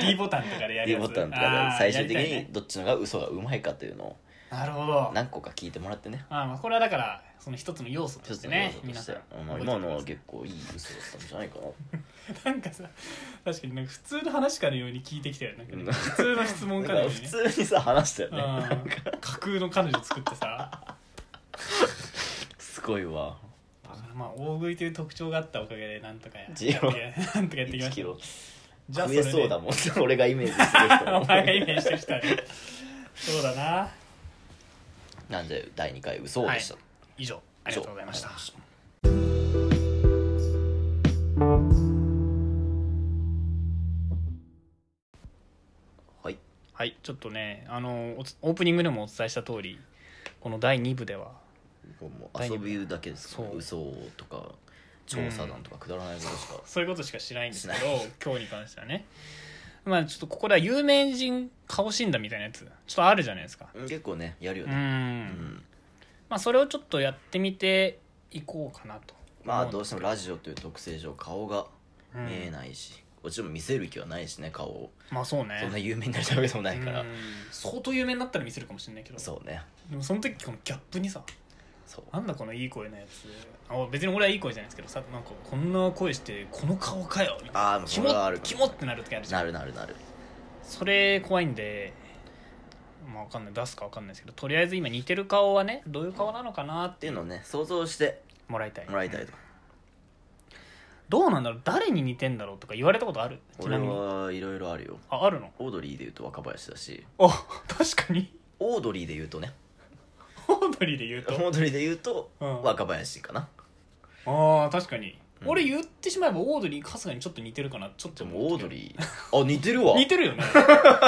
[SPEAKER 1] D ボタンとかでやる
[SPEAKER 2] D
[SPEAKER 1] やつ
[SPEAKER 2] ボタンと
[SPEAKER 1] あ
[SPEAKER 2] か
[SPEAKER 1] ー
[SPEAKER 2] で最終的
[SPEAKER 1] やりたい
[SPEAKER 2] に
[SPEAKER 1] ね
[SPEAKER 2] どっちのが嘘がうまいかというのを
[SPEAKER 1] なるほど
[SPEAKER 2] 何個か聞いてもらってね
[SPEAKER 1] あーまあこれはだからその一つの要素と
[SPEAKER 2] 一
[SPEAKER 1] し
[SPEAKER 2] つ
[SPEAKER 1] て
[SPEAKER 2] の要
[SPEAKER 1] ね
[SPEAKER 2] 素と
[SPEAKER 1] 皆
[SPEAKER 2] し
[SPEAKER 1] さ
[SPEAKER 2] て
[SPEAKER 1] ん
[SPEAKER 2] まあ
[SPEAKER 1] 覚えて
[SPEAKER 2] 今
[SPEAKER 1] おいてください
[SPEAKER 2] のは結構いい嘘だったんじゃないか な
[SPEAKER 1] なんかさ確かになんか普通の話かのように聞いてきたよなんかね
[SPEAKER 2] うん
[SPEAKER 1] 普通の質問かの
[SPEAKER 2] な
[SPEAKER 1] よ
[SPEAKER 2] ん
[SPEAKER 1] う
[SPEAKER 2] か
[SPEAKER 1] にね
[SPEAKER 2] 普通にさ話したよね
[SPEAKER 1] うん
[SPEAKER 2] なんか
[SPEAKER 1] 架空の彼女作ってさ
[SPEAKER 2] すごいわ
[SPEAKER 1] だからまあ大食いという特徴があったおかげでなんとかや
[SPEAKER 2] ジロ
[SPEAKER 1] やってなんとかやってきまし
[SPEAKER 2] 1キ
[SPEAKER 1] た
[SPEAKER 2] ロ
[SPEAKER 1] じゃあそれ
[SPEAKER 2] 食え
[SPEAKER 1] で
[SPEAKER 2] そうだもん俺がイメージす る
[SPEAKER 1] お前がイメ
[SPEAKER 2] 人
[SPEAKER 1] ージしてきたねそうだな
[SPEAKER 2] なんで第2回嘘でした、
[SPEAKER 1] は以上ありがとうございました
[SPEAKER 2] 以上はい
[SPEAKER 1] はいちょっとねあのおつオープニングでもお伝えした通りこの第2部では
[SPEAKER 2] もう遊びだけですから
[SPEAKER 1] そう
[SPEAKER 2] 嘘とか調査団とかくだらないことしか、
[SPEAKER 1] そういうことしかしないんですけど
[SPEAKER 2] しな
[SPEAKER 1] 今日に関してはねまあちょっとここでは有名人顔診断みたいなやつちょっとあるじゃないですか
[SPEAKER 2] うん結構ねやるよ
[SPEAKER 1] う
[SPEAKER 2] ね、うん
[SPEAKER 1] んまあそれをちょっとやってみていこうかなと
[SPEAKER 2] まあどうしてもラジオという特性上顔が
[SPEAKER 1] うん
[SPEAKER 2] 見えないし、もちろん見せる気はないしね顔を
[SPEAKER 1] まあそう
[SPEAKER 2] そんな
[SPEAKER 1] ね
[SPEAKER 2] 有名になりたいわけでもないから、
[SPEAKER 1] うん相当有名になったら見せるかもしれないけど
[SPEAKER 2] そうね
[SPEAKER 1] でもその時このギャップにさ
[SPEAKER 2] そう
[SPEAKER 1] なんだこのいい声のやつあ別に俺はいい声じゃないですけどさなんかこんな声してこの顔かよみたいな
[SPEAKER 2] ああもう
[SPEAKER 1] キ
[SPEAKER 2] それはあ
[SPEAKER 1] モ
[SPEAKER 2] る
[SPEAKER 1] キモってなる時あるじゃん
[SPEAKER 2] なるなるなる
[SPEAKER 1] それ怖いんでまあわかんない出すかわかんないですけどとりあえず今似てる顔はねどういう顔なのかなっ
[SPEAKER 2] ってていうのをね想像して
[SPEAKER 1] もらいたい
[SPEAKER 2] もらいたいと
[SPEAKER 1] どうなんだろう誰に似てんだろうとか言われたことあるち
[SPEAKER 2] 俺
[SPEAKER 1] なみに
[SPEAKER 2] はいろいろあるよ
[SPEAKER 1] ああるの
[SPEAKER 2] オードリーで言うと若林だし
[SPEAKER 1] あ確かに
[SPEAKER 2] オードリーで言うとね
[SPEAKER 1] オードリーで言う
[SPEAKER 2] オ
[SPEAKER 1] と
[SPEAKER 2] ードリーで言うと
[SPEAKER 1] うん
[SPEAKER 2] 若林かな
[SPEAKER 1] ああ確かに
[SPEAKER 2] うん
[SPEAKER 1] 俺言ってしまえばオードリー春日にちょっと似てるかなちょっ
[SPEAKER 2] で
[SPEAKER 1] と
[SPEAKER 2] もオードリーあ 似てるわ
[SPEAKER 1] 似てるよね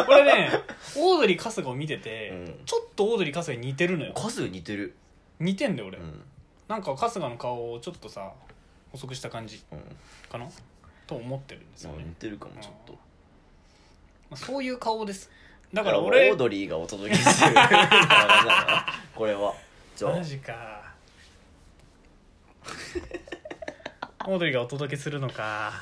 [SPEAKER 1] 俺ねオードリー春日を見てて、
[SPEAKER 2] うん
[SPEAKER 1] ちょっとオードリー春日に似てるのよ
[SPEAKER 2] カズ似てる
[SPEAKER 1] 似てんだよ
[SPEAKER 2] う
[SPEAKER 1] 俺、
[SPEAKER 2] ん
[SPEAKER 1] なんか春日の顔をちょっとさ細くした感じ
[SPEAKER 2] うん
[SPEAKER 1] かなと思ってるんですよね
[SPEAKER 2] 似、てるかもちょっと
[SPEAKER 1] まあ、そういう顔ですだ
[SPEAKER 2] だ
[SPEAKER 1] から俺
[SPEAKER 2] オードリーがお届けす るみたいな感じだなこれはじゃあ
[SPEAKER 1] マジか オードリーがお届けするのか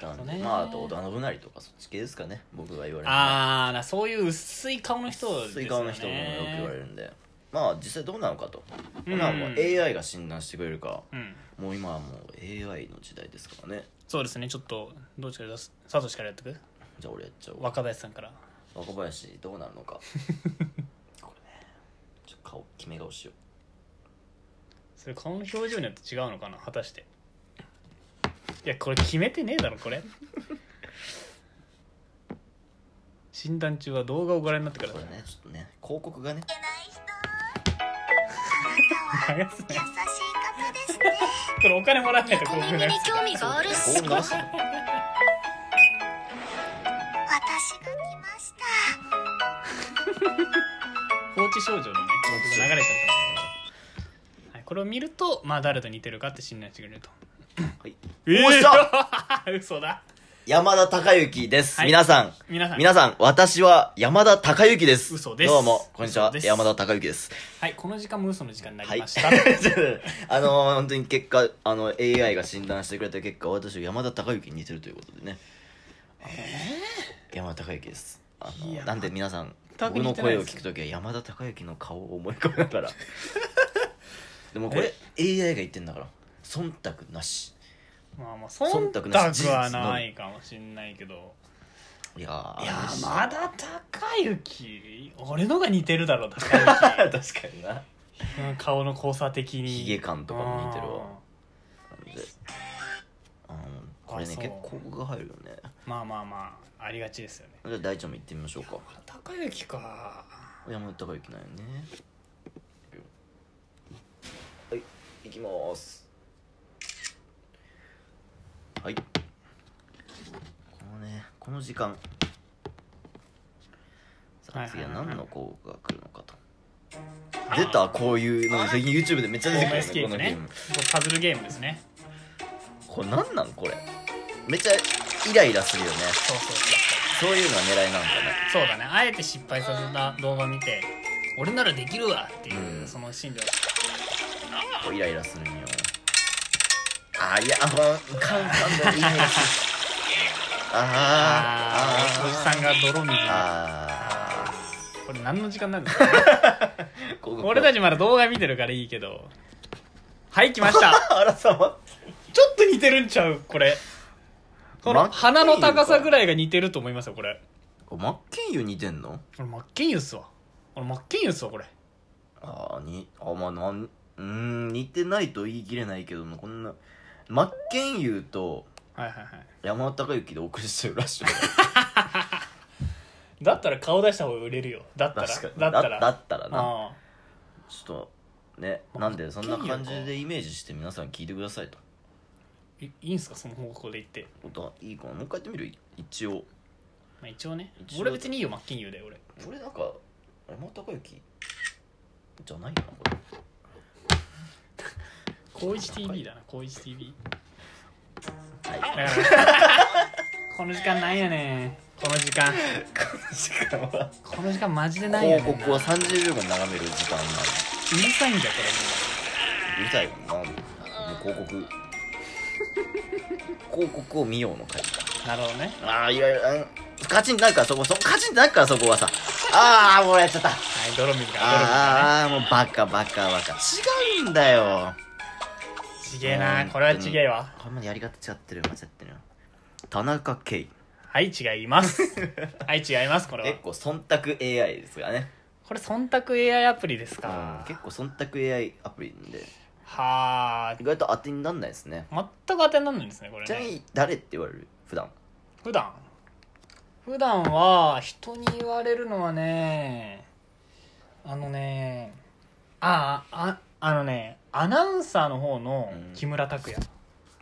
[SPEAKER 1] なるほどね
[SPEAKER 2] まああと織田信成とかそっち系ですかね僕が言われるのは
[SPEAKER 1] あーなそういう薄い顔の人ですよね
[SPEAKER 2] スイカの人もよく言われるんでまあ実際どうなのかと、
[SPEAKER 1] うん
[SPEAKER 2] まあもう AI が診断してくれるか
[SPEAKER 1] うん
[SPEAKER 2] もう今はもう AI の時代ですからね
[SPEAKER 1] そうですねちょっとどっちから出すサトシからやってく
[SPEAKER 2] じゃあ俺やっちゃおう
[SPEAKER 1] 若林さんから
[SPEAKER 2] 若林どうな るのかこれねちょっと顔決め顔しよ
[SPEAKER 1] それ顔の表情によって違うのかな果たしていやこれ決めてねえだろこれ 診断中は動画をご覧になって
[SPEAKER 2] う
[SPEAKER 1] くだ
[SPEAKER 2] こ
[SPEAKER 1] さ
[SPEAKER 2] れねちょっとね広告がね
[SPEAKER 1] い流すね
[SPEAKER 3] 優しい方ですね
[SPEAKER 1] これお金もらわ ないと
[SPEAKER 3] 猫
[SPEAKER 1] こういう
[SPEAKER 3] 耳
[SPEAKER 1] のや
[SPEAKER 3] に
[SPEAKER 1] つ
[SPEAKER 3] 興味があるっす
[SPEAKER 2] 広
[SPEAKER 3] 私
[SPEAKER 2] 告
[SPEAKER 3] が
[SPEAKER 2] が
[SPEAKER 3] 来ました
[SPEAKER 1] 放置症状のね広告が流れちゃったんではい、これを見るとまあ誰と似てるかって診断してくれると
[SPEAKER 2] はい
[SPEAKER 1] え
[SPEAKER 2] おっしゃ
[SPEAKER 1] え 嘘だ
[SPEAKER 2] 山田孝之です、
[SPEAKER 1] はい
[SPEAKER 2] 皆さん
[SPEAKER 1] 皆さん
[SPEAKER 2] 皆さん、私は山田孝之です。
[SPEAKER 1] 嘘です
[SPEAKER 2] どうも、こんにちは
[SPEAKER 1] 嘘で。す
[SPEAKER 2] 山田孝之です。
[SPEAKER 1] はいこの時間も嘘の時間にな
[SPEAKER 2] は
[SPEAKER 1] り
[SPEAKER 2] い
[SPEAKER 1] ました、。
[SPEAKER 2] あのー、本当に結果、あの、AI が診断してくれた結果、私は山田孝之に似てるということでね。山田孝之です。あの
[SPEAKER 1] いや
[SPEAKER 2] ー、なんで皆さん、
[SPEAKER 1] 全く
[SPEAKER 2] 僕
[SPEAKER 1] 似
[SPEAKER 2] の
[SPEAKER 1] てない
[SPEAKER 2] 声
[SPEAKER 1] で
[SPEAKER 2] を
[SPEAKER 1] す
[SPEAKER 2] 聞くときは山田孝之の顔を思い浮かべながら。でもこれ、AI が言ってんだから、忖度なし。
[SPEAKER 1] まあまあ忖
[SPEAKER 2] 忖
[SPEAKER 1] 度
[SPEAKER 2] 度なし
[SPEAKER 1] はないかもしんないけど
[SPEAKER 2] いやー、
[SPEAKER 1] いや
[SPEAKER 2] 嬉しい
[SPEAKER 1] 山田孝之俺のが似てるだろ 孝之
[SPEAKER 2] 確かにな。
[SPEAKER 1] うん顔の交差的に
[SPEAKER 2] ヒゲ感とかも似てるわ
[SPEAKER 1] あ
[SPEAKER 2] であのこれね
[SPEAKER 1] あそう
[SPEAKER 2] 結構ここが入るよね
[SPEAKER 1] ーまあまあまあありがちですよね
[SPEAKER 2] じゃあ大ちゃんも行ってみましょうか
[SPEAKER 1] 孝之か
[SPEAKER 2] 山田孝之なんよねはい行きますはいこのねこの時間さ
[SPEAKER 1] はい
[SPEAKER 2] あ
[SPEAKER 1] はい
[SPEAKER 2] 次
[SPEAKER 1] はい
[SPEAKER 2] は
[SPEAKER 1] はい
[SPEAKER 2] 何の効果が来るのかと出たこういうの最近 YouTube でめっちゃ出てくる
[SPEAKER 1] OS ケ
[SPEAKER 2] よね
[SPEAKER 1] ー
[SPEAKER 2] この
[SPEAKER 1] キ
[SPEAKER 2] ゲ
[SPEAKER 1] ね
[SPEAKER 2] ーム
[SPEAKER 1] パズルゲームですね
[SPEAKER 2] これ何なんこれめっちゃイライラするよね
[SPEAKER 1] そうそうそうそ
[SPEAKER 2] そういうのは狙いなんかね
[SPEAKER 1] うそうだねあえて失敗させた動画を見て俺ならできるわっていう、
[SPEAKER 2] うん
[SPEAKER 1] その心理を
[SPEAKER 2] こうイライラするんよあーいやあこのカンカンのイメージあ
[SPEAKER 1] あ
[SPEAKER 2] ー
[SPEAKER 1] ーお
[SPEAKER 2] あ
[SPEAKER 1] じ
[SPEAKER 2] ー
[SPEAKER 1] さんが泥水に
[SPEAKER 2] あ
[SPEAKER 1] これ何の時間なんですか
[SPEAKER 2] ーここ
[SPEAKER 1] 俺た
[SPEAKER 2] ち
[SPEAKER 1] ちまだ動画見てるからいいけどはい来ました
[SPEAKER 2] あらさま
[SPEAKER 1] ちょっと似てるんちゃうこれこ
[SPEAKER 2] 真っ
[SPEAKER 1] の
[SPEAKER 2] 黄色
[SPEAKER 1] 鼻の高さぐらいが似てると思いますよこれ
[SPEAKER 2] お真っ金湯似てんの
[SPEAKER 1] 俺真っ金ユっすわ俺真っ金ユっすわこれ
[SPEAKER 2] あーにあまあなんうーん似てないと言い切れないけどもこんな真っ金湯と
[SPEAKER 1] はいはいはい
[SPEAKER 2] 山田孝之でお送りしてるらしい
[SPEAKER 1] だったら顔出した方が売れるよだったら
[SPEAKER 2] 確かに
[SPEAKER 1] だったら
[SPEAKER 2] だったらな
[SPEAKER 1] あ
[SPEAKER 2] ちょっとね
[SPEAKER 1] 真っ
[SPEAKER 2] なんでそんな感じ
[SPEAKER 1] 金湯か
[SPEAKER 2] でイメージして皆さん聞いてくださいと
[SPEAKER 1] ーいいいんすかその方向で言って、
[SPEAKER 2] こといいかなもう一回やってみる一応
[SPEAKER 1] まあ、一応ね
[SPEAKER 2] 一応
[SPEAKER 1] 俺別にいいよ真っ金ユで俺
[SPEAKER 2] これなんか山田孝之じゃないかな これ
[SPEAKER 1] 高一 TV だな高一 TV
[SPEAKER 2] は
[SPEAKER 1] だ
[SPEAKER 2] い
[SPEAKER 1] から この時間なんやねんこの時間
[SPEAKER 2] し かも
[SPEAKER 1] この時間マジでないやね
[SPEAKER 2] 広
[SPEAKER 1] んな
[SPEAKER 2] 告を30秒間眺める時間なの
[SPEAKER 1] うるさいんだこ
[SPEAKER 2] うるさいよなもう 広告広告を見ようの回
[SPEAKER 1] れなるほどね
[SPEAKER 2] ああいわゆるカチンってなるからそこそこカチンってなるからそこはさああもうやっちゃった
[SPEAKER 1] はい泥水が
[SPEAKER 2] あーあーもうバカバカバカ違うんだよ
[SPEAKER 1] 泥水ちげえなこれはちげえわ
[SPEAKER 2] これまでやり方違ってるよ間違ってるよ田中圭
[SPEAKER 1] はい違います はい違いますこれは
[SPEAKER 2] 結構忖度 AI ですがね
[SPEAKER 1] これ忖度 AI アプリです
[SPEAKER 2] うん
[SPEAKER 1] か
[SPEAKER 2] 結構忖度 AI アプリなんで
[SPEAKER 1] はあ
[SPEAKER 2] 意外と当てになんないですね
[SPEAKER 1] 全く当てになんないんですねこれ
[SPEAKER 2] ちなみ
[SPEAKER 1] ね
[SPEAKER 2] に誰って言われる普段
[SPEAKER 1] 普段普段は人に言われるのはねあのねああああのねアナウンサーの方の木村拓哉ち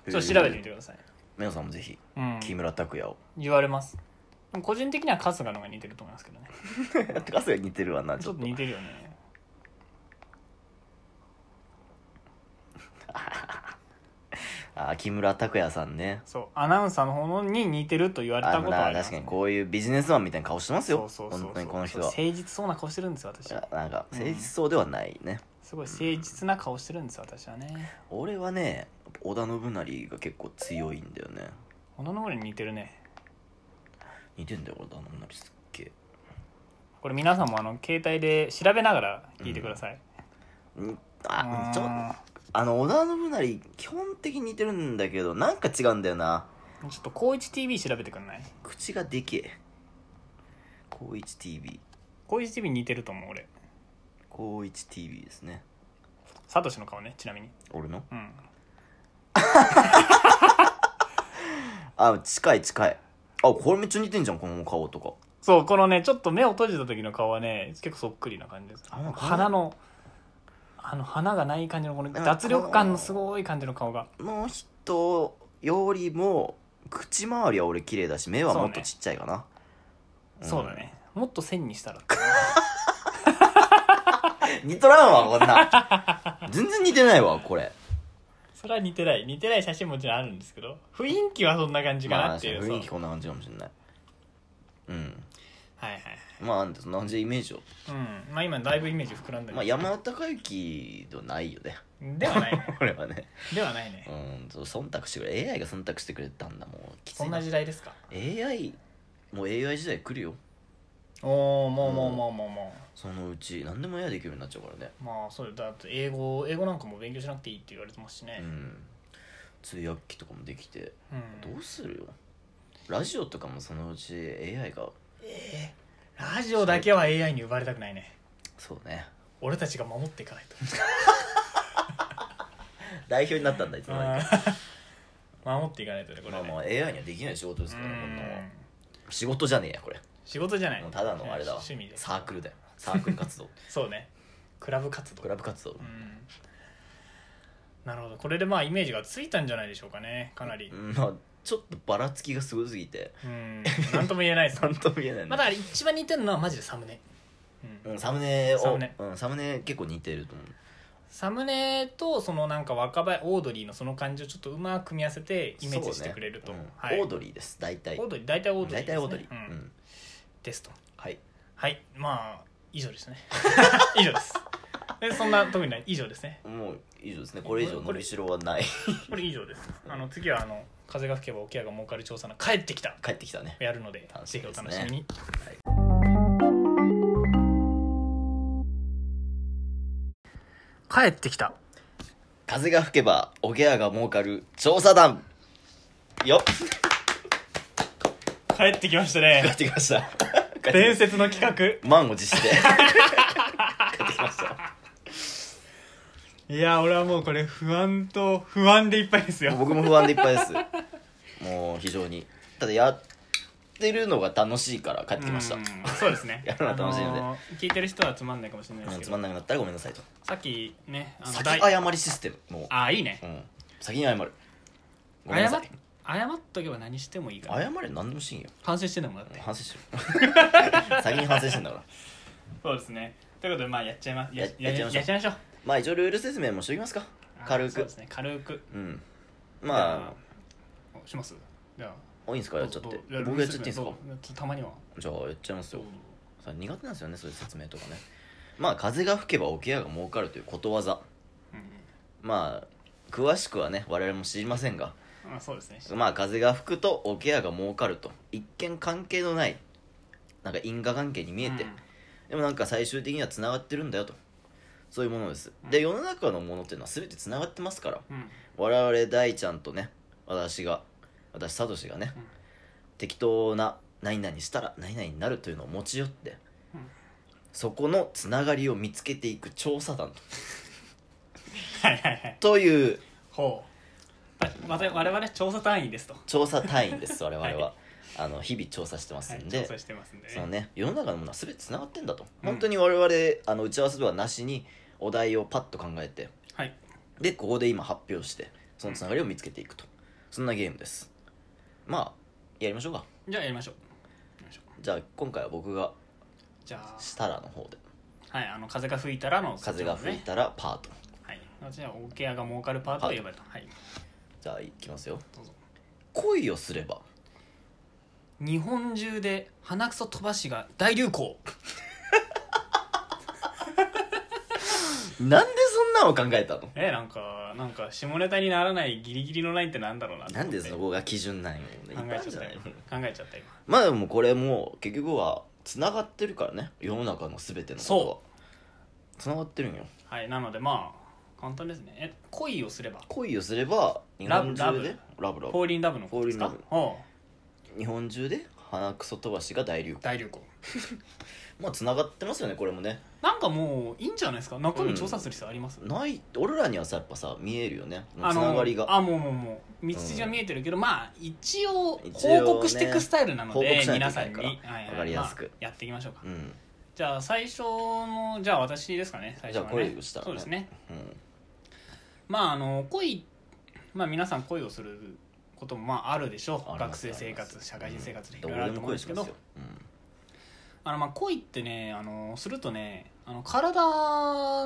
[SPEAKER 1] ょっと調べてみてください、
[SPEAKER 2] 皆さんもぜひ
[SPEAKER 1] うん、
[SPEAKER 2] 木村拓哉を
[SPEAKER 1] 言われます個人的には春日の方が似てると思いますけどね
[SPEAKER 2] ガスが似てるわな
[SPEAKER 1] ち
[SPEAKER 2] ち
[SPEAKER 1] ょ
[SPEAKER 2] ょ
[SPEAKER 1] っ
[SPEAKER 2] っ
[SPEAKER 1] と
[SPEAKER 2] と
[SPEAKER 1] 似てるよね
[SPEAKER 2] あー木村拓哉さんね
[SPEAKER 1] そうアナウンサーの方に似てると言われた
[SPEAKER 2] あ
[SPEAKER 1] ことはあ
[SPEAKER 2] な
[SPEAKER 1] ります
[SPEAKER 2] 確かにこういうビジネスマンみたいな顔してますよ
[SPEAKER 1] そうそうそうそう
[SPEAKER 2] 本当にこの人は
[SPEAKER 1] 誠実そうな顔してるんですよ私
[SPEAKER 2] あなんか誠実そうではないね、
[SPEAKER 1] すごい誠実な顔してるんですよ私はね
[SPEAKER 2] 俺はねやっぱ織田信成が結構強いんだよね
[SPEAKER 1] 小野の方に似てるね
[SPEAKER 2] 似てんだよ織田信成すっげえ
[SPEAKER 1] これ皆さんもあの携帯で調べながら聞いてください、
[SPEAKER 2] ん
[SPEAKER 1] う
[SPEAKER 2] あ
[SPEAKER 1] ん
[SPEAKER 2] ちょあの織田信成基本的に似てるんだけどなんか違うんだよな
[SPEAKER 1] ちょっと高一 TV 調べてくんない
[SPEAKER 2] 口がでけえ高一 TV
[SPEAKER 1] 高一 TV 似てると思う俺
[SPEAKER 2] 高一 TV ですね
[SPEAKER 1] サトシの顔ねちなみに
[SPEAKER 2] 俺の
[SPEAKER 1] うん
[SPEAKER 2] あ近い近いあこれめっちゃ似てんじゃんこの顔とか
[SPEAKER 1] そうこのねちょっと目を閉じた時の顔はね結構そっくりな感じです
[SPEAKER 2] あこれ
[SPEAKER 1] 鼻のあの鼻がない感じのこの
[SPEAKER 2] なんか
[SPEAKER 1] 脱力感のすごい感じの顔が
[SPEAKER 2] この人よりも口周りは俺綺麗だし目はもっとちっちゃいかな
[SPEAKER 1] そうだねもっと線にしたら
[SPEAKER 2] 似とらんわこんな全然似てないわこれ
[SPEAKER 1] それは似てない似てない写真もちろんあるんですけど雰囲気はそんな感じか
[SPEAKER 2] ま
[SPEAKER 1] な
[SPEAKER 2] あ
[SPEAKER 1] っていう、
[SPEAKER 2] 雰囲気
[SPEAKER 1] そう
[SPEAKER 2] こんな感じかもしれないうん
[SPEAKER 1] はいはいはい
[SPEAKER 2] まあなんでそんな感じでイメージを
[SPEAKER 1] うんまあ今だいぶイメージ膨らんだけど、
[SPEAKER 2] まあ山田孝之ではな いよね
[SPEAKER 1] ではないね
[SPEAKER 2] 俺はね
[SPEAKER 1] ではないね
[SPEAKER 2] うんそう忖度してくれ AI が忖度してくれたんだもうきつ
[SPEAKER 1] そ
[SPEAKER 2] い
[SPEAKER 1] んな時代ですか
[SPEAKER 2] AI もう AI 時代来るよ
[SPEAKER 1] おおもうもうもうもうも
[SPEAKER 2] そのうち何でも AI できるようになっちゃうからね
[SPEAKER 1] うまあそうよだって英語英語なんかも勉強しなくていいって言われてますしね
[SPEAKER 2] うん通訳機とかもできて
[SPEAKER 1] うん、
[SPEAKER 2] どうするよラジオとかもそのうち AI が
[SPEAKER 1] えーラジオだけは AI に奪われたくないね
[SPEAKER 2] そうね
[SPEAKER 1] 俺たちが守っていかないと
[SPEAKER 2] 代表になったんだいつの間にか
[SPEAKER 1] 守っていかないとねこれ
[SPEAKER 2] まあ
[SPEAKER 1] ね、
[SPEAKER 2] まあ AI にはできない仕事です
[SPEAKER 1] う
[SPEAKER 2] からねこんなも
[SPEAKER 1] ん
[SPEAKER 2] ん仕事じゃねえやこれ
[SPEAKER 1] 仕事じゃない
[SPEAKER 2] もうただのあれだわ
[SPEAKER 1] 趣味で
[SPEAKER 2] サークルだよサークル活 動
[SPEAKER 1] そうねクラブ活動
[SPEAKER 2] クラブ活動
[SPEAKER 1] うんなるほどこれでまあイメージがついたんじゃないでしょうかねかなり
[SPEAKER 2] うんまあちょっとばらつきがすごすぎて
[SPEAKER 1] うん何とも言えないです
[SPEAKER 2] なんとも言えないね
[SPEAKER 1] まあだから一番似てるのはマジでサムネ、うん
[SPEAKER 2] うんサムネを
[SPEAKER 1] サムネ
[SPEAKER 2] うんサムネ結構似てると思う
[SPEAKER 1] サムネとそのなんか若林オードリーのその感じをちょっとうまく組み合わせてイメージしてくれると、
[SPEAKER 2] そうねうん
[SPEAKER 1] はい、
[SPEAKER 2] オードリーです大体
[SPEAKER 1] オードリー大体オードリー
[SPEAKER 2] 大体オードリ
[SPEAKER 1] ですね
[SPEAKER 2] ー
[SPEAKER 1] う
[SPEAKER 2] うんん
[SPEAKER 1] ですと
[SPEAKER 2] はい
[SPEAKER 1] はいまあ以上ですね 以上ですでそんな特にない以上ですね
[SPEAKER 2] もう以上ですねこれ以上伸びしろはない
[SPEAKER 1] これ以上ですあの次はあの「風が吹けば沖合が儲かる調査の帰ってきた
[SPEAKER 2] 帰ってきたね」
[SPEAKER 1] やるので
[SPEAKER 2] 楽
[SPEAKER 1] ぜ
[SPEAKER 2] しみ
[SPEAKER 1] ひお
[SPEAKER 2] ですね
[SPEAKER 1] 楽しみに
[SPEAKER 2] はい
[SPEAKER 1] 帰ってきた
[SPEAKER 2] 風が吹けばおケアが儲かる調査団よっ
[SPEAKER 1] 帰ってきました
[SPEAKER 2] 帰
[SPEAKER 1] ね
[SPEAKER 2] ってきました 帰って
[SPEAKER 1] 伝
[SPEAKER 2] き
[SPEAKER 1] 説の企画
[SPEAKER 2] た満を持して 帰ってきました
[SPEAKER 1] いや俺はもうこれ不安と不安でいっぱいですよ
[SPEAKER 2] 僕も不安でいっぱいですもう非常にただやってるのが楽しいから帰ってきました
[SPEAKER 1] うんそうですね
[SPEAKER 2] やるのは楽しいので
[SPEAKER 1] あの聞いてる人はつまんないかもしれないで
[SPEAKER 2] う
[SPEAKER 1] す
[SPEAKER 2] ん
[SPEAKER 1] け
[SPEAKER 2] つ
[SPEAKER 1] ど
[SPEAKER 2] まんなくなったらごめんなさいと
[SPEAKER 1] さっきねあ
[SPEAKER 2] 先
[SPEAKER 1] 大
[SPEAKER 2] 謝りシステムも
[SPEAKER 1] あいいね
[SPEAKER 2] う、うん、先に謝るごめん
[SPEAKER 1] 謝
[SPEAKER 2] な
[SPEAKER 1] 謝
[SPEAKER 2] さ
[SPEAKER 1] っ
[SPEAKER 2] い
[SPEAKER 1] とけば何してもいいから
[SPEAKER 2] 謝れ何でもしんよ
[SPEAKER 1] 反省してんだもんだって
[SPEAKER 2] 反省してる 先に反省してんだから
[SPEAKER 1] そうですねということでまあやっちゃいますや
[SPEAKER 2] や
[SPEAKER 1] やや
[SPEAKER 2] やっちゃい
[SPEAKER 1] っ
[SPEAKER 2] ましょう
[SPEAKER 1] ちゃいましょう
[SPEAKER 2] まあ一応ルール説明もしておきますか軽
[SPEAKER 1] あそう
[SPEAKER 2] く
[SPEAKER 1] ですね軽く
[SPEAKER 2] うん
[SPEAKER 1] じ
[SPEAKER 2] ま
[SPEAKER 1] ゃあしますじゃあ
[SPEAKER 2] あいいんすかやっちゃっ
[SPEAKER 1] どう
[SPEAKER 2] て
[SPEAKER 1] ぞどうぞ
[SPEAKER 2] 僕やっちゃっていいんすか
[SPEAKER 1] そうちょっとたまには
[SPEAKER 2] じゃあやっちゃいます
[SPEAKER 1] そ
[SPEAKER 2] よ
[SPEAKER 1] う
[SPEAKER 2] さ苦手なんですよねそういう説明とかねまあ風が吹けば桶屋が儲かるということわざ
[SPEAKER 1] うん
[SPEAKER 2] まあ詳しくはね我々も知りませんが
[SPEAKER 1] あそうですね
[SPEAKER 2] まあ風が吹くと桶屋が儲かると一見関係のないなんか因果関係に見えて、
[SPEAKER 1] うん
[SPEAKER 2] でもなんか最終的にはつながってるんだよとそういうものです、で世の中のものっていうのは全てつながってますから
[SPEAKER 1] うん
[SPEAKER 2] 我々大ちゃんとね私が私サトシがね、
[SPEAKER 1] うん
[SPEAKER 2] 適当な何々したら何々になるというのを持ち寄って、
[SPEAKER 1] うん
[SPEAKER 2] そこのつながりを見つけていく調査団と
[SPEAKER 1] はいはいはい
[SPEAKER 2] という
[SPEAKER 1] ほうあわた我々調査単位ですと
[SPEAKER 2] 調査隊員です 我々は、
[SPEAKER 1] はい
[SPEAKER 2] あの日々調査してます
[SPEAKER 1] はい
[SPEAKER 2] んで、
[SPEAKER 1] 調査してますんで
[SPEAKER 2] そのね世の中のものは全てつながってんだと、
[SPEAKER 1] うん
[SPEAKER 2] 本当に我々あの打ち合わせではなしにお題をパッと考えて
[SPEAKER 1] はい
[SPEAKER 2] でここで今発表してそのつながりを見つけていくとそんなゲームですまあやりましょうか
[SPEAKER 1] じゃあやりましょうやりましょう
[SPEAKER 2] じゃあ今回は僕が
[SPEAKER 1] じゃ
[SPEAKER 2] したらの方で
[SPEAKER 1] あはいあの風が吹いたらのそっち
[SPEAKER 2] 風
[SPEAKER 1] の
[SPEAKER 2] が
[SPEAKER 1] 方
[SPEAKER 2] 吹
[SPEAKER 1] ね
[SPEAKER 2] いたらパート
[SPEAKER 1] はいじゃあオーケアが儲かるパートを呼ばれたはい
[SPEAKER 2] じゃあいきますよ
[SPEAKER 1] どうぞ
[SPEAKER 2] 恋をすれば
[SPEAKER 1] 日本中で鼻くそ飛ばしが大流行
[SPEAKER 2] なんでそんなの考えたの
[SPEAKER 1] えなんかなんか下ネタにならないギリギリのラインってなんだろうなと思
[SPEAKER 2] な
[SPEAKER 1] っ
[SPEAKER 2] ん
[SPEAKER 1] て
[SPEAKER 2] でそこが基準なんよいっ
[SPEAKER 1] 考
[SPEAKER 2] ぱ
[SPEAKER 1] え
[SPEAKER 2] いあ
[SPEAKER 1] ちゃ
[SPEAKER 2] る
[SPEAKER 1] っ
[SPEAKER 2] じ
[SPEAKER 1] た
[SPEAKER 2] ゃない
[SPEAKER 1] 今考えちゃった今
[SPEAKER 2] まあでもこれもう結局はつながってるからね世の中の全てのことは
[SPEAKER 1] そ
[SPEAKER 2] つながってるんよ
[SPEAKER 1] はいなのでまあ簡単ですねえ恋をすれば
[SPEAKER 2] 恋をすれば日本
[SPEAKER 1] ラブ
[SPEAKER 2] 中でラ
[SPEAKER 1] フ
[SPEAKER 2] ブラブ
[SPEAKER 1] ォーリンラブのことですか
[SPEAKER 2] フォーリン
[SPEAKER 1] おう
[SPEAKER 2] 日本中で鼻くそ飛ばしが大流行
[SPEAKER 1] 大流行
[SPEAKER 2] まあつながってますよねこれもね
[SPEAKER 1] なんかもういいんじゃないですか中身調査する必要あります、
[SPEAKER 2] ない俺らにはさやっぱさ見えるよねつな
[SPEAKER 1] あの
[SPEAKER 2] がりが
[SPEAKER 1] あもうもうもう道筋は見えてるけど、まあ一応
[SPEAKER 2] 一応ね
[SPEAKER 1] 報告していくスタイルなの
[SPEAKER 2] 報
[SPEAKER 1] で、
[SPEAKER 2] 告しない
[SPEAKER 1] 皆
[SPEAKER 2] といけ
[SPEAKER 1] さ
[SPEAKER 2] なんい
[SPEAKER 1] に、
[SPEAKER 2] から
[SPEAKER 1] はいはい
[SPEAKER 2] わかりやすく
[SPEAKER 1] まあやっていきましょうか、
[SPEAKER 2] うん
[SPEAKER 1] じゃあ最初のじゃあ私ですかね最
[SPEAKER 2] じゃ
[SPEAKER 1] 初
[SPEAKER 2] あ
[SPEAKER 1] はね
[SPEAKER 2] 恋をしたらね
[SPEAKER 1] そうですね
[SPEAKER 2] うん
[SPEAKER 1] まああの恋まあ皆さん恋をすることもまああるでしょう
[SPEAKER 2] あり
[SPEAKER 1] 学
[SPEAKER 2] ます
[SPEAKER 1] 生生
[SPEAKER 2] あり
[SPEAKER 1] 活
[SPEAKER 2] ます
[SPEAKER 1] 社会人生活でい
[SPEAKER 2] ど
[SPEAKER 1] ろい
[SPEAKER 2] こ
[SPEAKER 1] ろあ
[SPEAKER 2] で
[SPEAKER 1] ると
[SPEAKER 2] も
[SPEAKER 1] 思うん
[SPEAKER 2] 恋
[SPEAKER 1] で
[SPEAKER 2] し
[SPEAKER 1] すけ
[SPEAKER 2] ます
[SPEAKER 1] ど
[SPEAKER 2] よ、うん
[SPEAKER 1] あのまあ恋ってねあのするとねあの体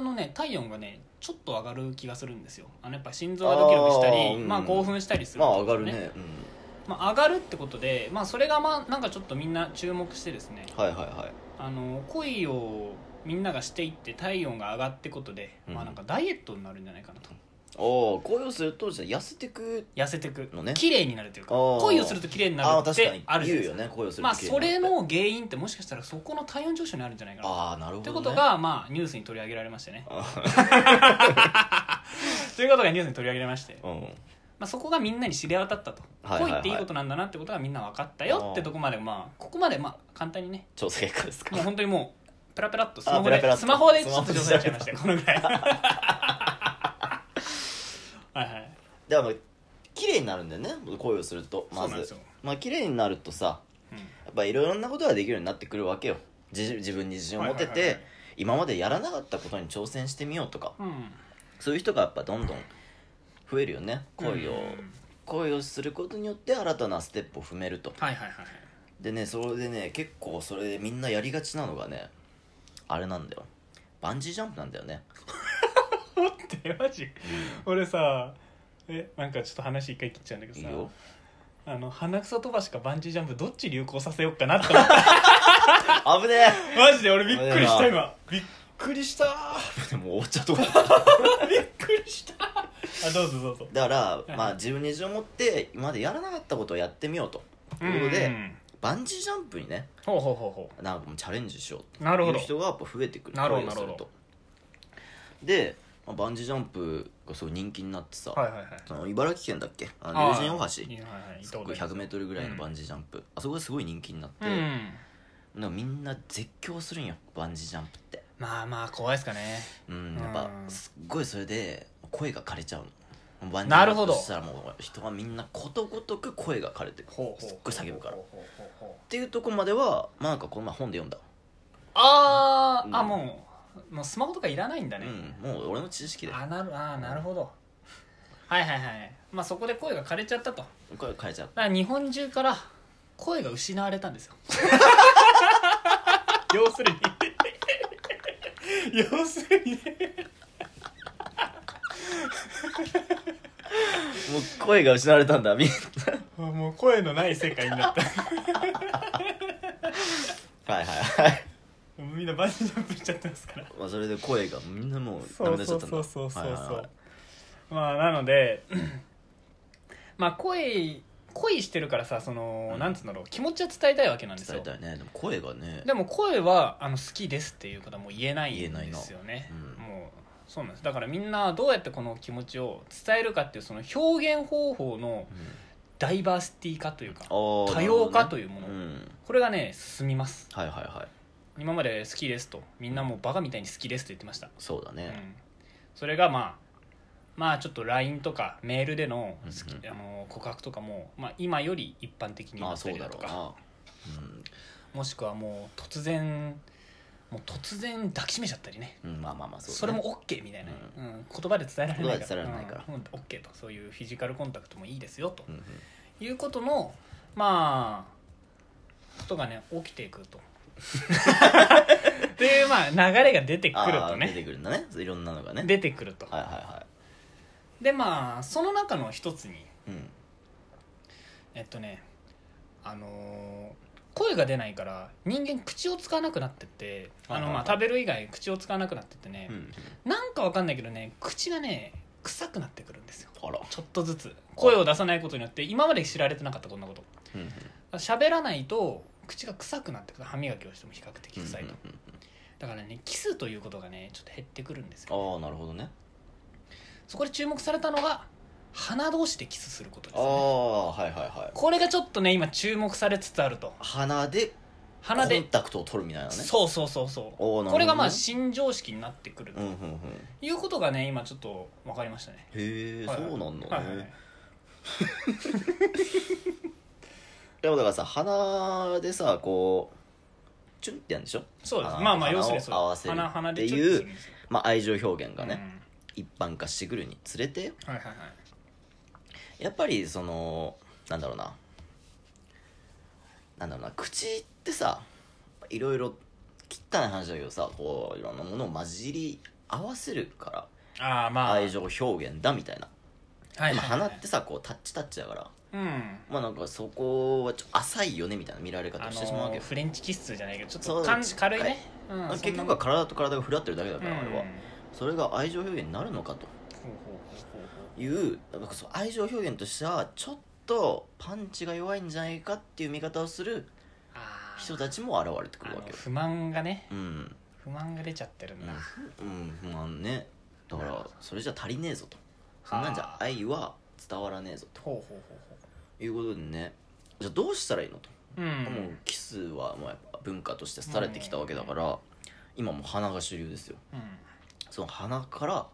[SPEAKER 1] のね体温がねちょっと上がる気がするんですよあのやっぱ心臓がドキドキした
[SPEAKER 2] あ
[SPEAKER 1] り
[SPEAKER 2] ーうん
[SPEAKER 1] まあ興奮したりする
[SPEAKER 2] まあ
[SPEAKER 1] ん
[SPEAKER 2] 上
[SPEAKER 1] です
[SPEAKER 2] が
[SPEAKER 1] よ
[SPEAKER 2] るね
[SPEAKER 1] まあ、上がるってことで、まあ、それがまあなんかちょっとみんな注目してですね
[SPEAKER 2] うんはいはいはい
[SPEAKER 1] あの恋をみんながしていって体温が上がってことで、
[SPEAKER 2] うん
[SPEAKER 1] まあ、なんかダイエットになるんじゃないかなと
[SPEAKER 2] おお恋をするとじゃあ痩せてく
[SPEAKER 1] 痩せてく
[SPEAKER 2] のね
[SPEAKER 1] 綺麗になるというか
[SPEAKER 2] あー
[SPEAKER 1] 恋をすると綺麗にな
[SPEAKER 2] あ
[SPEAKER 1] る
[SPEAKER 2] あ
[SPEAKER 1] っ
[SPEAKER 2] 確か
[SPEAKER 1] て
[SPEAKER 2] に
[SPEAKER 1] あるじゃ
[SPEAKER 2] 言
[SPEAKER 1] ないうですか
[SPEAKER 2] よね恋をする
[SPEAKER 1] まあ
[SPEAKER 2] と綺麗
[SPEAKER 1] そ
[SPEAKER 2] になる
[SPEAKER 1] れ
[SPEAKER 2] って
[SPEAKER 1] の原因ってもしかしたらそこの体温上昇にあるんじゃないかな
[SPEAKER 2] ああなるほ
[SPEAKER 1] と
[SPEAKER 2] ど、
[SPEAKER 1] い
[SPEAKER 2] ね、
[SPEAKER 1] うことが、まあ、ニュースに取り上げられましてね
[SPEAKER 2] あ
[SPEAKER 1] ということがニュースに取り上げられまして、
[SPEAKER 2] ーうん
[SPEAKER 1] まあ、そこがみんなに知れ渡ったと、
[SPEAKER 2] はいはいは
[SPEAKER 1] 恋
[SPEAKER 2] い
[SPEAKER 1] っていいことなんだなってことがみんな分かったよってとこまでまあここまでまあ簡単にね
[SPEAKER 2] 調査結果ですか
[SPEAKER 1] もう本当にもうペラペラっとスマホ
[SPEAKER 2] あペ
[SPEAKER 1] で
[SPEAKER 2] ラペラっと
[SPEAKER 1] スマホでちょっと上手になっちゃいましたよこのぐらい はいはい
[SPEAKER 2] でも綺麗になるんだよね恋をすると
[SPEAKER 1] そ
[SPEAKER 2] ま
[SPEAKER 1] うなんです
[SPEAKER 2] ず
[SPEAKER 1] よ、
[SPEAKER 2] まあ綺麗になるとさ
[SPEAKER 1] うん
[SPEAKER 2] やっぱいろいろなことができるようになってくるわけよ自自分に自信を持てて、
[SPEAKER 1] はいはいはいはい
[SPEAKER 2] 今までやらなかったことに挑戦してみようとか
[SPEAKER 1] うん、
[SPEAKER 2] そういう人がやっぱどんどん増えるよね恋を、
[SPEAKER 1] うん
[SPEAKER 2] 恋をすることによって新たなステップを踏めると
[SPEAKER 1] はいはいはい
[SPEAKER 2] でねそれでね結構それでみんなやりがちなのがねあれなんだよバンジージャンプなんだよね
[SPEAKER 1] 待ってマジ俺さえなんかちょっと話一回切っちゃうんだけ
[SPEAKER 2] い
[SPEAKER 1] ど
[SPEAKER 2] い
[SPEAKER 1] さ
[SPEAKER 2] よ
[SPEAKER 1] あの鼻くそ飛ばしかバンジージャンプどっち流行させようかなって思った
[SPEAKER 2] 危ね
[SPEAKER 1] マジで俺びっくりし
[SPEAKER 2] 危
[SPEAKER 1] た
[SPEAKER 2] ねえ
[SPEAKER 1] 今びっくりした
[SPEAKER 2] えでも終わっちゃうとこ
[SPEAKER 1] びっくりしたあどうぞどうぞ
[SPEAKER 2] だか
[SPEAKER 1] いは
[SPEAKER 2] ら、
[SPEAKER 1] い
[SPEAKER 2] まあ、自分に自信を持って今までやらなかったことをやってみようということで、
[SPEAKER 1] ん
[SPEAKER 2] バンジージャンプにね
[SPEAKER 1] ほうほうほうほ
[SPEAKER 2] なんかもうチャレンジしよう
[SPEAKER 1] うなる
[SPEAKER 2] と
[SPEAKER 1] ほ
[SPEAKER 2] いう
[SPEAKER 1] ど
[SPEAKER 2] 人がやっぱ増えてくる
[SPEAKER 1] なるほど
[SPEAKER 2] こういう
[SPEAKER 1] な
[SPEAKER 2] のをす
[SPEAKER 1] る
[SPEAKER 2] とで、まあ、バンジージャンプがすごい人気になってさ、
[SPEAKER 1] はいはいはい
[SPEAKER 2] その茨城県だっけあ
[SPEAKER 1] あ
[SPEAKER 2] の
[SPEAKER 1] あ
[SPEAKER 2] 竜神大
[SPEAKER 1] い
[SPEAKER 2] 橋
[SPEAKER 1] いはいはい
[SPEAKER 2] すご
[SPEAKER 1] い
[SPEAKER 2] く
[SPEAKER 1] いとこ
[SPEAKER 2] 100m ぐらいのバンジージャンプ、あそこですごい人気になって、
[SPEAKER 1] だようん
[SPEAKER 2] なんかみんな絶叫するんよバンジージャンプって
[SPEAKER 1] まあまあ怖いですかね
[SPEAKER 2] うんやっぱ
[SPEAKER 1] うん
[SPEAKER 2] すっごいそれで声が枯れちゃうのバンジージャンプ
[SPEAKER 1] なるほど
[SPEAKER 2] したらもう人はみんなことごとく声が枯れてくる
[SPEAKER 1] ほ
[SPEAKER 2] すっごい叫ぶからっ
[SPEAKER 1] ほうほうほうほう
[SPEAKER 2] ていうとこまではまあなんかこの前本で読んだ
[SPEAKER 1] あー、
[SPEAKER 2] うん
[SPEAKER 1] あもうもうスマホとかいらないんだね、
[SPEAKER 2] うんもう俺の知識で
[SPEAKER 1] あなるあーなるほど、はいはいはいまあそこで声が枯れちゃったとだ
[SPEAKER 2] 声枯れちゃう
[SPEAKER 1] から日本中から声が失われたんですよ要するに 要するに
[SPEAKER 2] もう声が失われたんだみん
[SPEAKER 1] もう声のない世界になった
[SPEAKER 2] なはいはいはい、
[SPEAKER 1] みんなバンジージャンプしちゃってますから
[SPEAKER 2] まあ、それで声がみんなもうな
[SPEAKER 1] そ
[SPEAKER 2] く
[SPEAKER 1] う
[SPEAKER 2] なっちゃ
[SPEAKER 1] そ
[SPEAKER 2] っ
[SPEAKER 1] う
[SPEAKER 2] たんだ
[SPEAKER 1] そうそうそうそう、
[SPEAKER 2] はいはいはい
[SPEAKER 1] まあなので まあ恋恋してるからさその、
[SPEAKER 2] うん
[SPEAKER 1] なんつうんだろう気持ちは伝えたいわけなんです
[SPEAKER 2] 伝え
[SPEAKER 1] よ
[SPEAKER 2] たいねでも声がね
[SPEAKER 1] でも声はあの好きですっていうことはもう言えない
[SPEAKER 2] 言え
[SPEAKER 1] ん
[SPEAKER 2] ない
[SPEAKER 1] で
[SPEAKER 2] な
[SPEAKER 1] すよね
[SPEAKER 2] うん
[SPEAKER 1] もうそうなんですだからみんなどうやってこの気持ちを伝えるかっていうその表現方法の
[SPEAKER 2] うん
[SPEAKER 1] ダイバーシティ化というか
[SPEAKER 2] あー
[SPEAKER 1] 多様化と
[SPEAKER 2] なる
[SPEAKER 1] いうも
[SPEAKER 2] ほ
[SPEAKER 1] の、
[SPEAKER 2] どねうん
[SPEAKER 1] これがね進みます
[SPEAKER 2] はいはいはい
[SPEAKER 1] 今まで好きですとみんなもうバカみたいに好きですと言ってました
[SPEAKER 2] そうだね、
[SPEAKER 1] うんそれがまあまあちょっと LINE とかメールでの好き、
[SPEAKER 2] うん
[SPEAKER 1] あの告白とかも、まあ、今より一般的に
[SPEAKER 2] ま
[SPEAKER 1] な
[SPEAKER 2] あ
[SPEAKER 1] った
[SPEAKER 2] そう
[SPEAKER 1] り
[SPEAKER 2] だ
[SPEAKER 1] だと
[SPEAKER 2] ろう
[SPEAKER 1] か
[SPEAKER 2] な、うん、
[SPEAKER 1] もしくはもう突然もう突然抱きしめちゃったりね
[SPEAKER 2] うん、まあまあまあ
[SPEAKER 1] そ
[SPEAKER 2] そうだね
[SPEAKER 1] れも OK みたいな、うん言葉で伝えられないから
[SPEAKER 2] 言葉で伝えられないから
[SPEAKER 1] うんもう OK とそういうフィジカルコンタクトもいいですよと
[SPEAKER 2] うんうん
[SPEAKER 1] いうことのまあことがね起きていくとっていうまあ流れが出てくる
[SPEAKER 2] あ
[SPEAKER 1] と
[SPEAKER 2] ー出
[SPEAKER 1] ね
[SPEAKER 2] てくるんだねいろんなのがね
[SPEAKER 1] 出てくると
[SPEAKER 2] はいはいは
[SPEAKER 1] でまあその中の一つに
[SPEAKER 2] いうん
[SPEAKER 1] えっとねあのー声が出ないから人間口を使わなくなってってあの
[SPEAKER 2] はいはい
[SPEAKER 1] ま
[SPEAKER 2] は
[SPEAKER 1] あ
[SPEAKER 2] い
[SPEAKER 1] 食べる以外口を使わなくなってってね
[SPEAKER 2] う、ん
[SPEAKER 1] なんかわかんないけどね口がね臭くなってくるんですよ
[SPEAKER 2] あら
[SPEAKER 1] ちょっとずつ声を出さないことによって今まで知られてなかったこんなこと
[SPEAKER 2] うんうん
[SPEAKER 1] 喋らないと口が臭くなってくる歯磨きをしても比較的臭いと、
[SPEAKER 2] うんうん
[SPEAKER 1] だからねキスということがねちょっと減ってくるんですよ
[SPEAKER 2] ああなるほどね
[SPEAKER 1] そこで注目されたのが鼻同士でキスすることです
[SPEAKER 2] あ
[SPEAKER 1] よね
[SPEAKER 2] あはいはいはい
[SPEAKER 1] これがちょっとね今注目されつつあると
[SPEAKER 2] 鼻で
[SPEAKER 1] 鼻
[SPEAKER 2] コ
[SPEAKER 1] で
[SPEAKER 2] ンタクトを取るみたいなね
[SPEAKER 1] そうそうそうそう
[SPEAKER 2] おーなるほどね
[SPEAKER 1] これがまあ新常識になってくる
[SPEAKER 2] う
[SPEAKER 1] と
[SPEAKER 2] んうんうん
[SPEAKER 1] いうことがね今ちょっと分かりましたね
[SPEAKER 2] へえ
[SPEAKER 1] はい
[SPEAKER 2] そうなんだ
[SPEAKER 1] はいはいはい
[SPEAKER 2] ねでもだからさ鼻でさこうチュンってやるんでしょ
[SPEAKER 1] そうです
[SPEAKER 2] あー
[SPEAKER 1] まあまあ
[SPEAKER 2] 鼻
[SPEAKER 1] 要
[SPEAKER 2] を
[SPEAKER 1] するにそう
[SPEAKER 2] 合わせる
[SPEAKER 1] 鼻鼻で
[SPEAKER 2] って
[SPEAKER 1] ちょ
[SPEAKER 2] い
[SPEAKER 1] っと
[SPEAKER 2] う
[SPEAKER 1] するんですよ
[SPEAKER 2] まあ愛情表現が
[SPEAKER 1] うん
[SPEAKER 2] ね一般化してくるにつれて
[SPEAKER 1] はいはいはい
[SPEAKER 2] やっぱりそのなんだろうななんだろうな口ってさいろいろ汚い話だけどさこういろんなものを混じり合わせるから
[SPEAKER 1] ああまあ
[SPEAKER 2] 愛情表現だみたいな
[SPEAKER 1] はい
[SPEAKER 2] で
[SPEAKER 1] は
[SPEAKER 2] も
[SPEAKER 1] いはい
[SPEAKER 2] 鼻ってさこうタッチタッチだから
[SPEAKER 1] うん
[SPEAKER 2] まあなんかそこはちょっと浅いよねみたいな見られ方
[SPEAKER 1] あ
[SPEAKER 2] をしてしまうわ
[SPEAKER 1] の
[SPEAKER 2] け
[SPEAKER 1] ー
[SPEAKER 2] よ、
[SPEAKER 1] フレンチキッスじゃないけどちょっ
[SPEAKER 2] そ
[SPEAKER 1] と
[SPEAKER 2] う
[SPEAKER 1] 感じ軽いね、うん
[SPEAKER 2] 結局
[SPEAKER 1] そ
[SPEAKER 2] は
[SPEAKER 1] んな
[SPEAKER 2] 体と体が触れ合ってるだけだから、
[SPEAKER 1] もん
[SPEAKER 2] あれは
[SPEAKER 1] うん
[SPEAKER 2] それが愛情表現になるのか
[SPEAKER 1] ほ
[SPEAKER 2] と
[SPEAKER 1] うほうほうほう
[SPEAKER 2] いうなんかそう愛情表現としてはちょっとパンチが弱いんじゃないかっていう見方をする
[SPEAKER 1] あー
[SPEAKER 2] 人たちも現れてく
[SPEAKER 1] あ
[SPEAKER 2] るわ
[SPEAKER 1] の
[SPEAKER 2] けよ
[SPEAKER 1] 不満がね
[SPEAKER 2] うん
[SPEAKER 1] 不満が出ちゃってるんだ、
[SPEAKER 2] うん不満ねだか
[SPEAKER 1] なる
[SPEAKER 2] ら
[SPEAKER 1] ほど
[SPEAKER 2] それじゃ足りねえぞとそんなんじゃ
[SPEAKER 1] あー
[SPEAKER 2] 愛は伝わらねえぞ
[SPEAKER 1] ほうほうほうほ
[SPEAKER 2] ということでねじゃあどうしたらいいのと、
[SPEAKER 1] ううん
[SPEAKER 2] もうキスはもうやっぱ文化として廃れてきたわけだから、今もう鼻が主流ですよ
[SPEAKER 1] う
[SPEAKER 2] その鼻から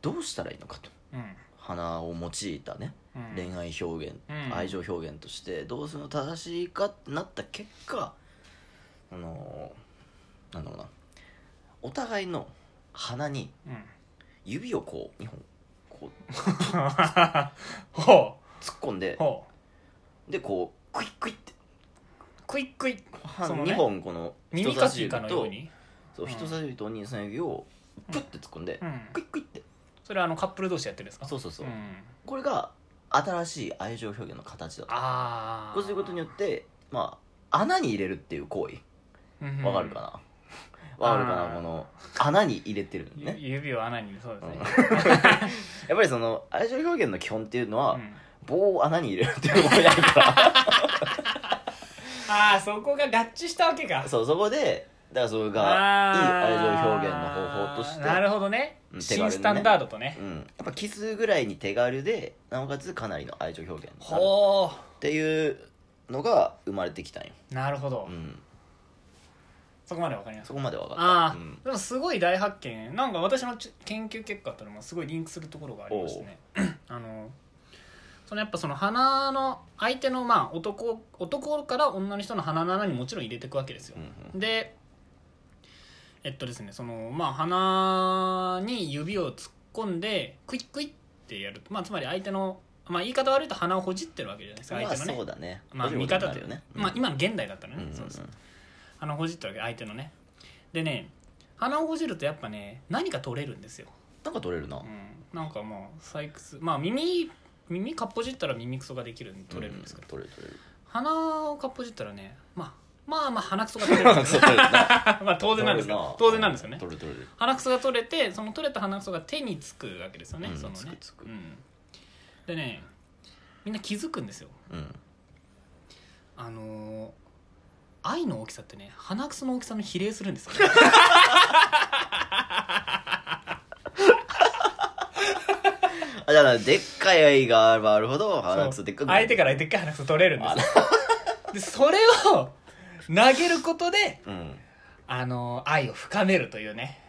[SPEAKER 2] どうしたらいいのかと
[SPEAKER 1] んうん
[SPEAKER 2] 鼻を用いたね
[SPEAKER 1] うん
[SPEAKER 2] 恋愛表現、
[SPEAKER 1] うん
[SPEAKER 2] 愛情表現としてどうするの正しいかってなった結果あのーなんだろうなお互いの鼻に
[SPEAKER 1] うん
[SPEAKER 2] 指をこう2本こ う
[SPEAKER 1] ほ
[SPEAKER 2] 突っ込ん
[SPEAKER 1] う
[SPEAKER 2] で
[SPEAKER 1] ほ
[SPEAKER 2] でこうクイックイって
[SPEAKER 1] うクイックイそのね
[SPEAKER 2] 2本この人
[SPEAKER 1] 耳
[SPEAKER 2] 差
[SPEAKER 1] か
[SPEAKER 2] し
[SPEAKER 1] き
[SPEAKER 2] 指
[SPEAKER 1] かのよう
[SPEAKER 2] と
[SPEAKER 1] に
[SPEAKER 2] そう
[SPEAKER 1] うん
[SPEAKER 2] 人差し指とお兄さん指をプッて突っ込んで
[SPEAKER 1] うん
[SPEAKER 2] クイックイって
[SPEAKER 1] それはあのカップル同士やってるんですか
[SPEAKER 2] そうそうそう
[SPEAKER 1] うん
[SPEAKER 2] これが新しい愛情表現の形だと
[SPEAKER 1] ああ
[SPEAKER 2] こうすることによってまあ穴に入れるっていう行為わかるかな、わかるか
[SPEAKER 1] あー
[SPEAKER 2] なこの穴に入れてるの
[SPEAKER 1] ね
[SPEAKER 2] ね
[SPEAKER 1] 指を穴にそうですね
[SPEAKER 2] やっぱりその愛情表現の基本っていうのは、
[SPEAKER 1] うん
[SPEAKER 2] 棒を穴に入れるっていうことやるか
[SPEAKER 1] ああそこが合致したわけから
[SPEAKER 2] そうそこでだからそれがいい愛
[SPEAKER 1] あー
[SPEAKER 2] 情表現の方法として
[SPEAKER 1] なるほどね
[SPEAKER 2] うん手軽に
[SPEAKER 1] 新
[SPEAKER 2] ね
[SPEAKER 1] スタンダードとね
[SPEAKER 2] うん、やっぱキスぐらいに手軽でなおかつかなりの愛情表現になる
[SPEAKER 1] ほ
[SPEAKER 2] っていうのが生まれてきたんよ、
[SPEAKER 1] うなるほど、
[SPEAKER 2] うん、
[SPEAKER 1] そこまでわかります
[SPEAKER 2] そこまで分かった
[SPEAKER 1] ああ、
[SPEAKER 2] うん
[SPEAKER 1] でもすごい大発見なんか私のち研究結果とのもすごいリンクするところがありましてね あのそのやっぱその鼻の相手のまあ男男から女の人の鼻の穴にもちろん入れていくわけですよ
[SPEAKER 2] うん、
[SPEAKER 1] でえっとですねそのまあ鼻に指を突っ込んでクイックイってやるとまあつまり相手のまあ言い方悪いと鼻をほじってるわけじゃないですか
[SPEAKER 2] まあ
[SPEAKER 1] 相手のね
[SPEAKER 2] そうだね
[SPEAKER 1] まあ、
[SPEAKER 2] そうい
[SPEAKER 1] 見
[SPEAKER 2] うことに
[SPEAKER 1] 方
[SPEAKER 2] な
[SPEAKER 1] と
[SPEAKER 2] るよね、
[SPEAKER 1] まあ、今の現代だったら
[SPEAKER 2] うん
[SPEAKER 1] ね、
[SPEAKER 2] うんうん
[SPEAKER 1] そうそう鼻をほじったわけ相手のねでね鼻をほじるとやっぱね何か取れるんですよ、
[SPEAKER 2] なんか取れるな、
[SPEAKER 1] うん、なんかもう採掘まあ耳耳かっぽじったら耳くそができるんで取れるんですけど、
[SPEAKER 2] 取れる取れる
[SPEAKER 1] 鼻をかっぽじったらねまあまあまあ鼻くそが取 れるんですけどまあ 当然なんですけど当然なんですよね
[SPEAKER 2] 取る取る
[SPEAKER 1] 鼻くそが取れてその取れた鼻くそが手につくわけですよね、
[SPEAKER 2] うん
[SPEAKER 1] そのね
[SPEAKER 2] つくつく
[SPEAKER 1] うん、でねみんな気づくんですよ
[SPEAKER 2] うん
[SPEAKER 1] あのー愛の大きさってね鼻くその大きさに比例するんですよ、
[SPEAKER 2] あだからでっかい愛があればあるほど 鼻くそでっかくなる
[SPEAKER 1] 相手からでっかい鼻くそ取れるんですよ でそれを投げることで、
[SPEAKER 2] うん
[SPEAKER 1] あのー愛を深めるというね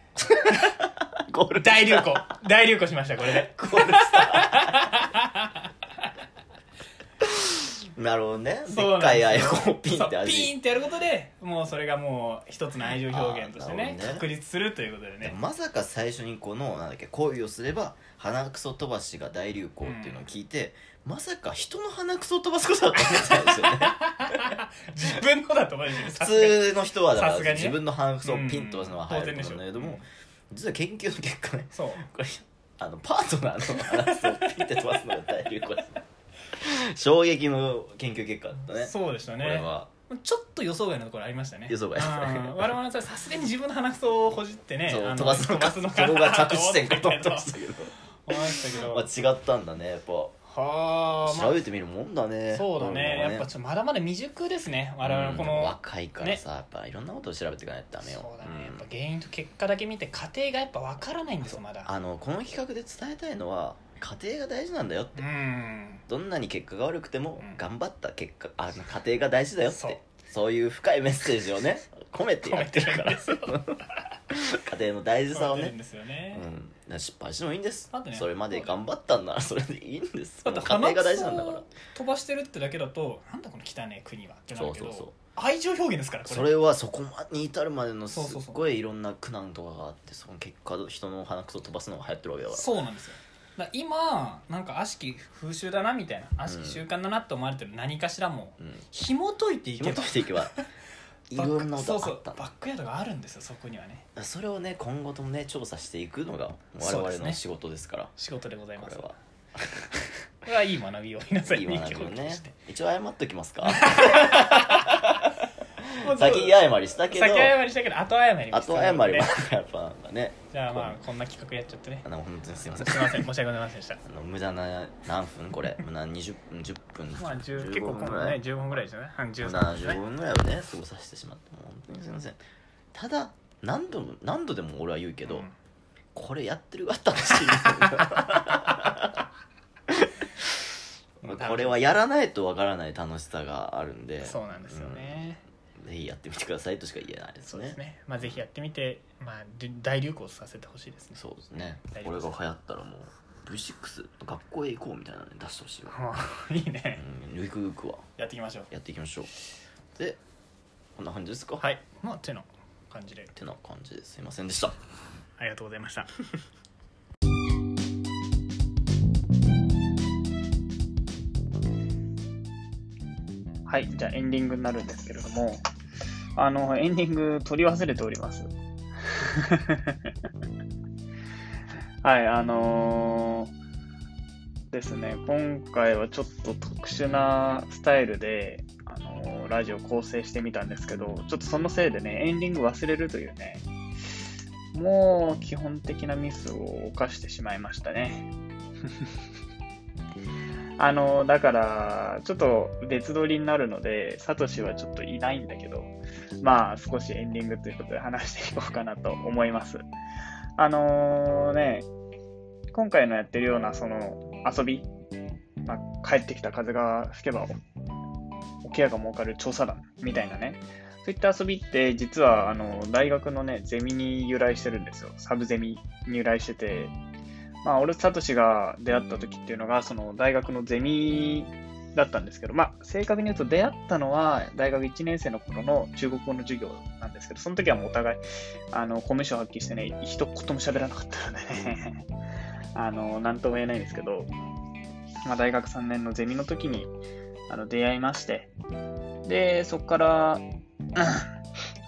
[SPEAKER 2] ゴール
[SPEAKER 1] 大流行大流行しましたこれで
[SPEAKER 2] ゴールスタなるほど ねで
[SPEAKER 4] そうな
[SPEAKER 2] っ
[SPEAKER 4] ん
[SPEAKER 2] かい
[SPEAKER 4] で
[SPEAKER 2] 愛
[SPEAKER 4] す
[SPEAKER 2] を
[SPEAKER 4] よ
[SPEAKER 2] ピンって
[SPEAKER 4] そう
[SPEAKER 2] 味
[SPEAKER 4] ピンってやることでもうそれがもう一つの愛情表現としてね
[SPEAKER 2] あーなるほどね
[SPEAKER 4] 確立するということでね
[SPEAKER 2] まさか最初にこのなんだっけ恋をすれば鼻くそ飛ばしが大流行っていうのを聞いて、まさか人の鼻くそ飛ばすことだと思ってたんですよね
[SPEAKER 4] 自分のだとマジで
[SPEAKER 2] 普
[SPEAKER 4] 普
[SPEAKER 2] 通の人はだか
[SPEAKER 4] さ
[SPEAKER 2] ら
[SPEAKER 4] すがにね
[SPEAKER 2] 自分の鼻くそをピンと飛ばすのは流行ると思うんだけども、
[SPEAKER 4] うん当然
[SPEAKER 2] 実は研究の結果ね
[SPEAKER 4] そう
[SPEAKER 2] これあのパートナーの鼻くそをピンって飛ばすのが大流行ですね衝撃の研究結果だったね
[SPEAKER 4] そうでした
[SPEAKER 2] これ
[SPEAKER 4] ね
[SPEAKER 2] は
[SPEAKER 4] ちょっと予想外のところありましたね
[SPEAKER 2] 予想外
[SPEAKER 4] うん我々はさすがに自分の鼻くそをほじってね
[SPEAKER 2] そう
[SPEAKER 4] あの
[SPEAKER 2] 飛ばすのか
[SPEAKER 4] 飛ば
[SPEAKER 2] そこが着地点かと
[SPEAKER 4] 思
[SPEAKER 2] 思
[SPEAKER 4] っ
[SPEAKER 2] ってて
[SPEAKER 4] ま
[SPEAKER 2] ま
[SPEAKER 4] し
[SPEAKER 2] したけど
[SPEAKER 4] たけど
[SPEAKER 2] まあ違ったんだねや っぱ
[SPEAKER 4] はあま
[SPEAKER 2] 調べてみるもんだね
[SPEAKER 4] あそうだねやっぱ
[SPEAKER 2] ち
[SPEAKER 4] ちょっとまだまだ未熟ですね我々のこの
[SPEAKER 2] 若いからさ、やっぱいろんなことを調べていかないとダメよ
[SPEAKER 4] そうだね、
[SPEAKER 2] ん
[SPEAKER 4] やっぱ原因と結果だけ見て過程がやっぱ分からないんですよまだ
[SPEAKER 2] あのこの企画で伝えたいのは家庭が大事なんだよって
[SPEAKER 4] うん
[SPEAKER 2] どんなに結果が悪くても
[SPEAKER 4] うん
[SPEAKER 2] 頑張った結果、あの家庭が大事だよって
[SPEAKER 4] そ
[SPEAKER 2] そうういう深いメッセージをね込めてやってる から
[SPEAKER 4] 込めてる
[SPEAKER 2] 家庭の大事さを
[SPEAKER 4] そうなん
[SPEAKER 2] ね、
[SPEAKER 4] ですよ
[SPEAKER 2] う
[SPEAKER 4] ね
[SPEAKER 2] ん、だから失敗してもいいんです、
[SPEAKER 4] だってね
[SPEAKER 2] それまで頑張ったんならそれでいいんです
[SPEAKER 4] だって
[SPEAKER 2] 家庭が大事なんだから
[SPEAKER 4] 鼻くそを飛ばしてるってだけだとなんだこの汚い国はってな
[SPEAKER 2] そ
[SPEAKER 4] るけど
[SPEAKER 2] うそうそう
[SPEAKER 4] 愛情表現ですからこれ
[SPEAKER 2] それはそこまでに至るまでのす
[SPEAKER 4] そうそうそう
[SPEAKER 2] っごいいろんな苦難とかがあってその結果人の鼻くそ飛ばすのが流行ってるわけだから
[SPEAKER 4] そうなんですよだから今なんか悪しき風習だなみたいな悪しき習慣だなって思われてる何かしらも
[SPEAKER 2] うん
[SPEAKER 4] 紐解いていけ
[SPEAKER 2] 紐
[SPEAKER 4] ば
[SPEAKER 2] 解いていけばいろんなこと
[SPEAKER 4] バ
[SPEAKER 2] があった
[SPEAKER 4] ックそうそうバックヤードがあるんですよそこにはね
[SPEAKER 2] それをね今後ともね調査していくのが我
[SPEAKER 4] そうで
[SPEAKER 2] 々
[SPEAKER 4] すね
[SPEAKER 2] の仕事ですから
[SPEAKER 4] 仕事でございま
[SPEAKER 2] こ
[SPEAKER 4] す
[SPEAKER 2] れ
[SPEAKER 4] こ
[SPEAKER 2] は
[SPEAKER 4] れはいい学びを皆さん
[SPEAKER 2] い
[SPEAKER 4] に
[SPEAKER 2] い学びを
[SPEAKER 4] 共有
[SPEAKER 2] ね
[SPEAKER 4] して
[SPEAKER 2] 一応謝っときますか
[SPEAKER 4] もうずっと
[SPEAKER 2] 先謝りしたけど
[SPEAKER 4] 先謝りしたけど後謝りも必
[SPEAKER 2] 後
[SPEAKER 4] 要
[SPEAKER 2] 謝
[SPEAKER 4] な
[SPEAKER 2] り
[SPEAKER 4] の
[SPEAKER 2] も
[SPEAKER 4] で
[SPEAKER 2] やっぱなんかね
[SPEAKER 4] じゃあまあこんな企画やっちゃってね
[SPEAKER 2] あの本当にす いません
[SPEAKER 4] すいません申し訳ございませんでした
[SPEAKER 2] あの無駄な何分これ無駄な20分10分
[SPEAKER 4] まあ10
[SPEAKER 2] 15
[SPEAKER 4] 結構今
[SPEAKER 2] 分ぐ
[SPEAKER 4] 度
[SPEAKER 2] ら
[SPEAKER 4] ね
[SPEAKER 2] い
[SPEAKER 4] 15分ぐらいですよね半13分
[SPEAKER 2] 75
[SPEAKER 4] ですね
[SPEAKER 2] 分ぐらいをね過ごさせてしまってもう本当にすいませんただ何度も何度でも俺は言うけど、
[SPEAKER 4] うん
[SPEAKER 2] これやってるが楽しいこれはやらないとわからない楽しさがあるんで
[SPEAKER 4] そうなんですよね、
[SPEAKER 2] うんぜひやってみてくださいとしか言えないです
[SPEAKER 4] そうです
[SPEAKER 2] ね
[SPEAKER 4] ねまあぜひやってみて、まあ、り大流行させてほしいですね
[SPEAKER 2] そうですね
[SPEAKER 4] 大丈
[SPEAKER 2] これ
[SPEAKER 4] 夫です
[SPEAKER 2] が流行ったらもう V6 学校へ行こうみたいなのね出してほしいわ、
[SPEAKER 4] もう いいね
[SPEAKER 2] うん、ゆくゆくは
[SPEAKER 4] やっていきましょう
[SPEAKER 2] やっていきましょうでこんな感じですか
[SPEAKER 4] はいまあての感じで
[SPEAKER 2] ってな感じですいませんでした
[SPEAKER 4] ありがとうございました はいじゃあエンディングになるんですけれどもあのエンディング取り忘れております はいあのーですね今回はちょっと特殊なスタイルで、あのーラジオ構成してみたんですけどちょっとそのせいでねエンディング忘れるというねもう基本的なミスを犯してしまいましたね。あの、だから、ちょっと別撮りになるので、サトシはちょっといないんだけど、まあ少しエンディングということで話していこうかなと思います。あのね、今回のやってるようなその遊び、まあ、帰ってきた風が吹けば、おケアが儲かる調査団みたいなね、そういった遊びって実はあの大学のねゼミに由来してるんですよサブゼミに由来しててまあ俺とサトシが出会った時っていうのがその大学のゼミだったんですけどまあ正確に言うと出会ったのは大学1年生の頃の中国語の授業なんですけどその時はもうお互いあのコミュ障発揮してね一言も喋らなかったのでね あの何とも言えないんですけど、まあ、大学3年のゼミの時にあの出会いましてでそこから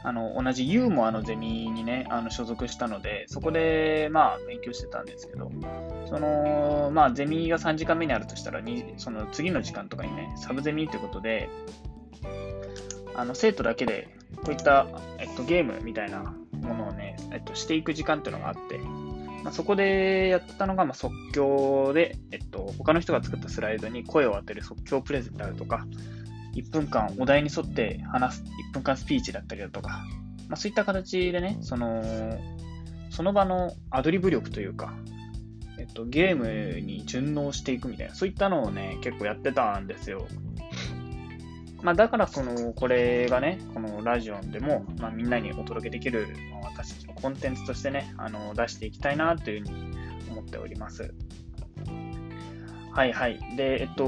[SPEAKER 4] あの同じユーモアのゼミにねあの所属したのでそこでまあ勉強してたんですけどそのまあゼミが3時間目にあるとしたらにその次の時間とかにねサブゼミということであの生徒だけでこういった、えっと、ゲームみたいなものをね、えっと、していく時間っていうのがあって、まあ、そこでやったのが、まあ、即興で、えっと、他の人が作ったスライドに声を当てる即興プレゼンであるとか1分間お題に沿って話す1分間スピーチだったりだとか、まあ、そういった形でねそのその場のアドリブ力というか、えっと、ゲームに順応していくみたいなそういったのをね結構やってたんですよ、まあ、だからそのこれがねこのラジオでも、まあ、みんなにお届けできる、まあ私たちのコンテンツとしてねあの出していきたいなというふうに思っておりますはいはいでえっと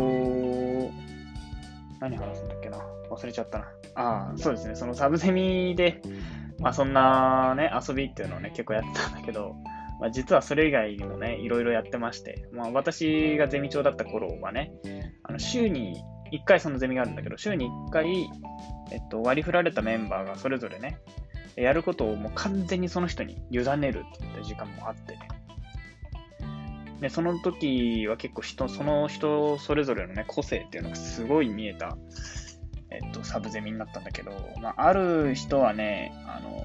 [SPEAKER 4] 何話すんだっけな忘れちゃったなああそうですねそのサブゼミで、まあ、そんなね遊びっていうのをね結構やってたんだけど、まあ、実はそれ以外にもねいろいろやってまして、まあ、私がゼミ長だった頃はねあの週に1回そのゼミがあるんだけど週に1回、えっと、割り振られたメンバーがそれぞれねやることをもう完全にその人に委ねるっていった時間もあってねでその時は結構人その人それぞれの、ね、個性っていうのがすごい見えた、えっと、サブゼミになったんだけど、まあ、ある人はねあの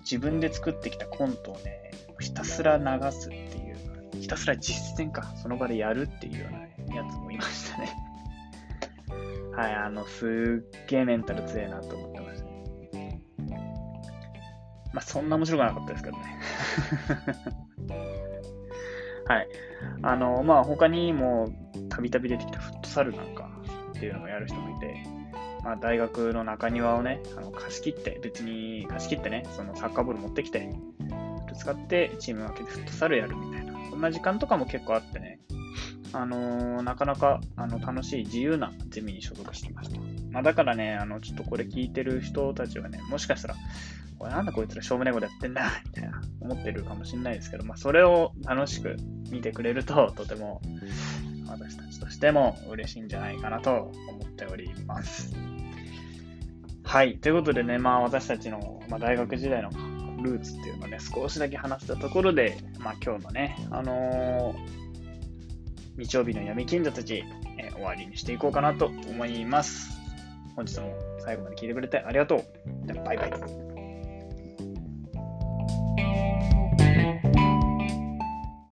[SPEAKER 4] 自分で作ってきたコントをねひたすら流すっていうひたすら実践かその場でやるっていうようなやつもいましたね はいあのすっげえメンタル強えなと思ってましたねまあそんな面白くなかったですけどね はいあのまあ他にもたびたび出てきたフットサルなんかっていうのをやる人もいて、まあ、大学の中庭をねあの貸し切って別に貸し切ってねそのサッカーボール持ってきて使ってチーム分けでフットサルやるみたいなそんな時間とかも結構あってねあのなかなかあの楽しい自由なゼミに所属してました、まあ、だからねあのちょっとこれ聞いてる人たちはねもしかしたらおいなんだこいつらしょうもないことやってんだみたいな思ってるかもしれないですけど、まあ、それを楽しく見てくれるととても私たちとしても嬉しいんじゃないかなと思っております。はい。ということでね、まあ私たちの、まあ、大学時代のルーツっていうのをね、少しだけ話したところで、まあ今日のね、あのー日曜日の闇金座たち、えー終わりにしていこうかなと思います。本日も最後まで聞いてくれてありがとう。じゃあバイバイ。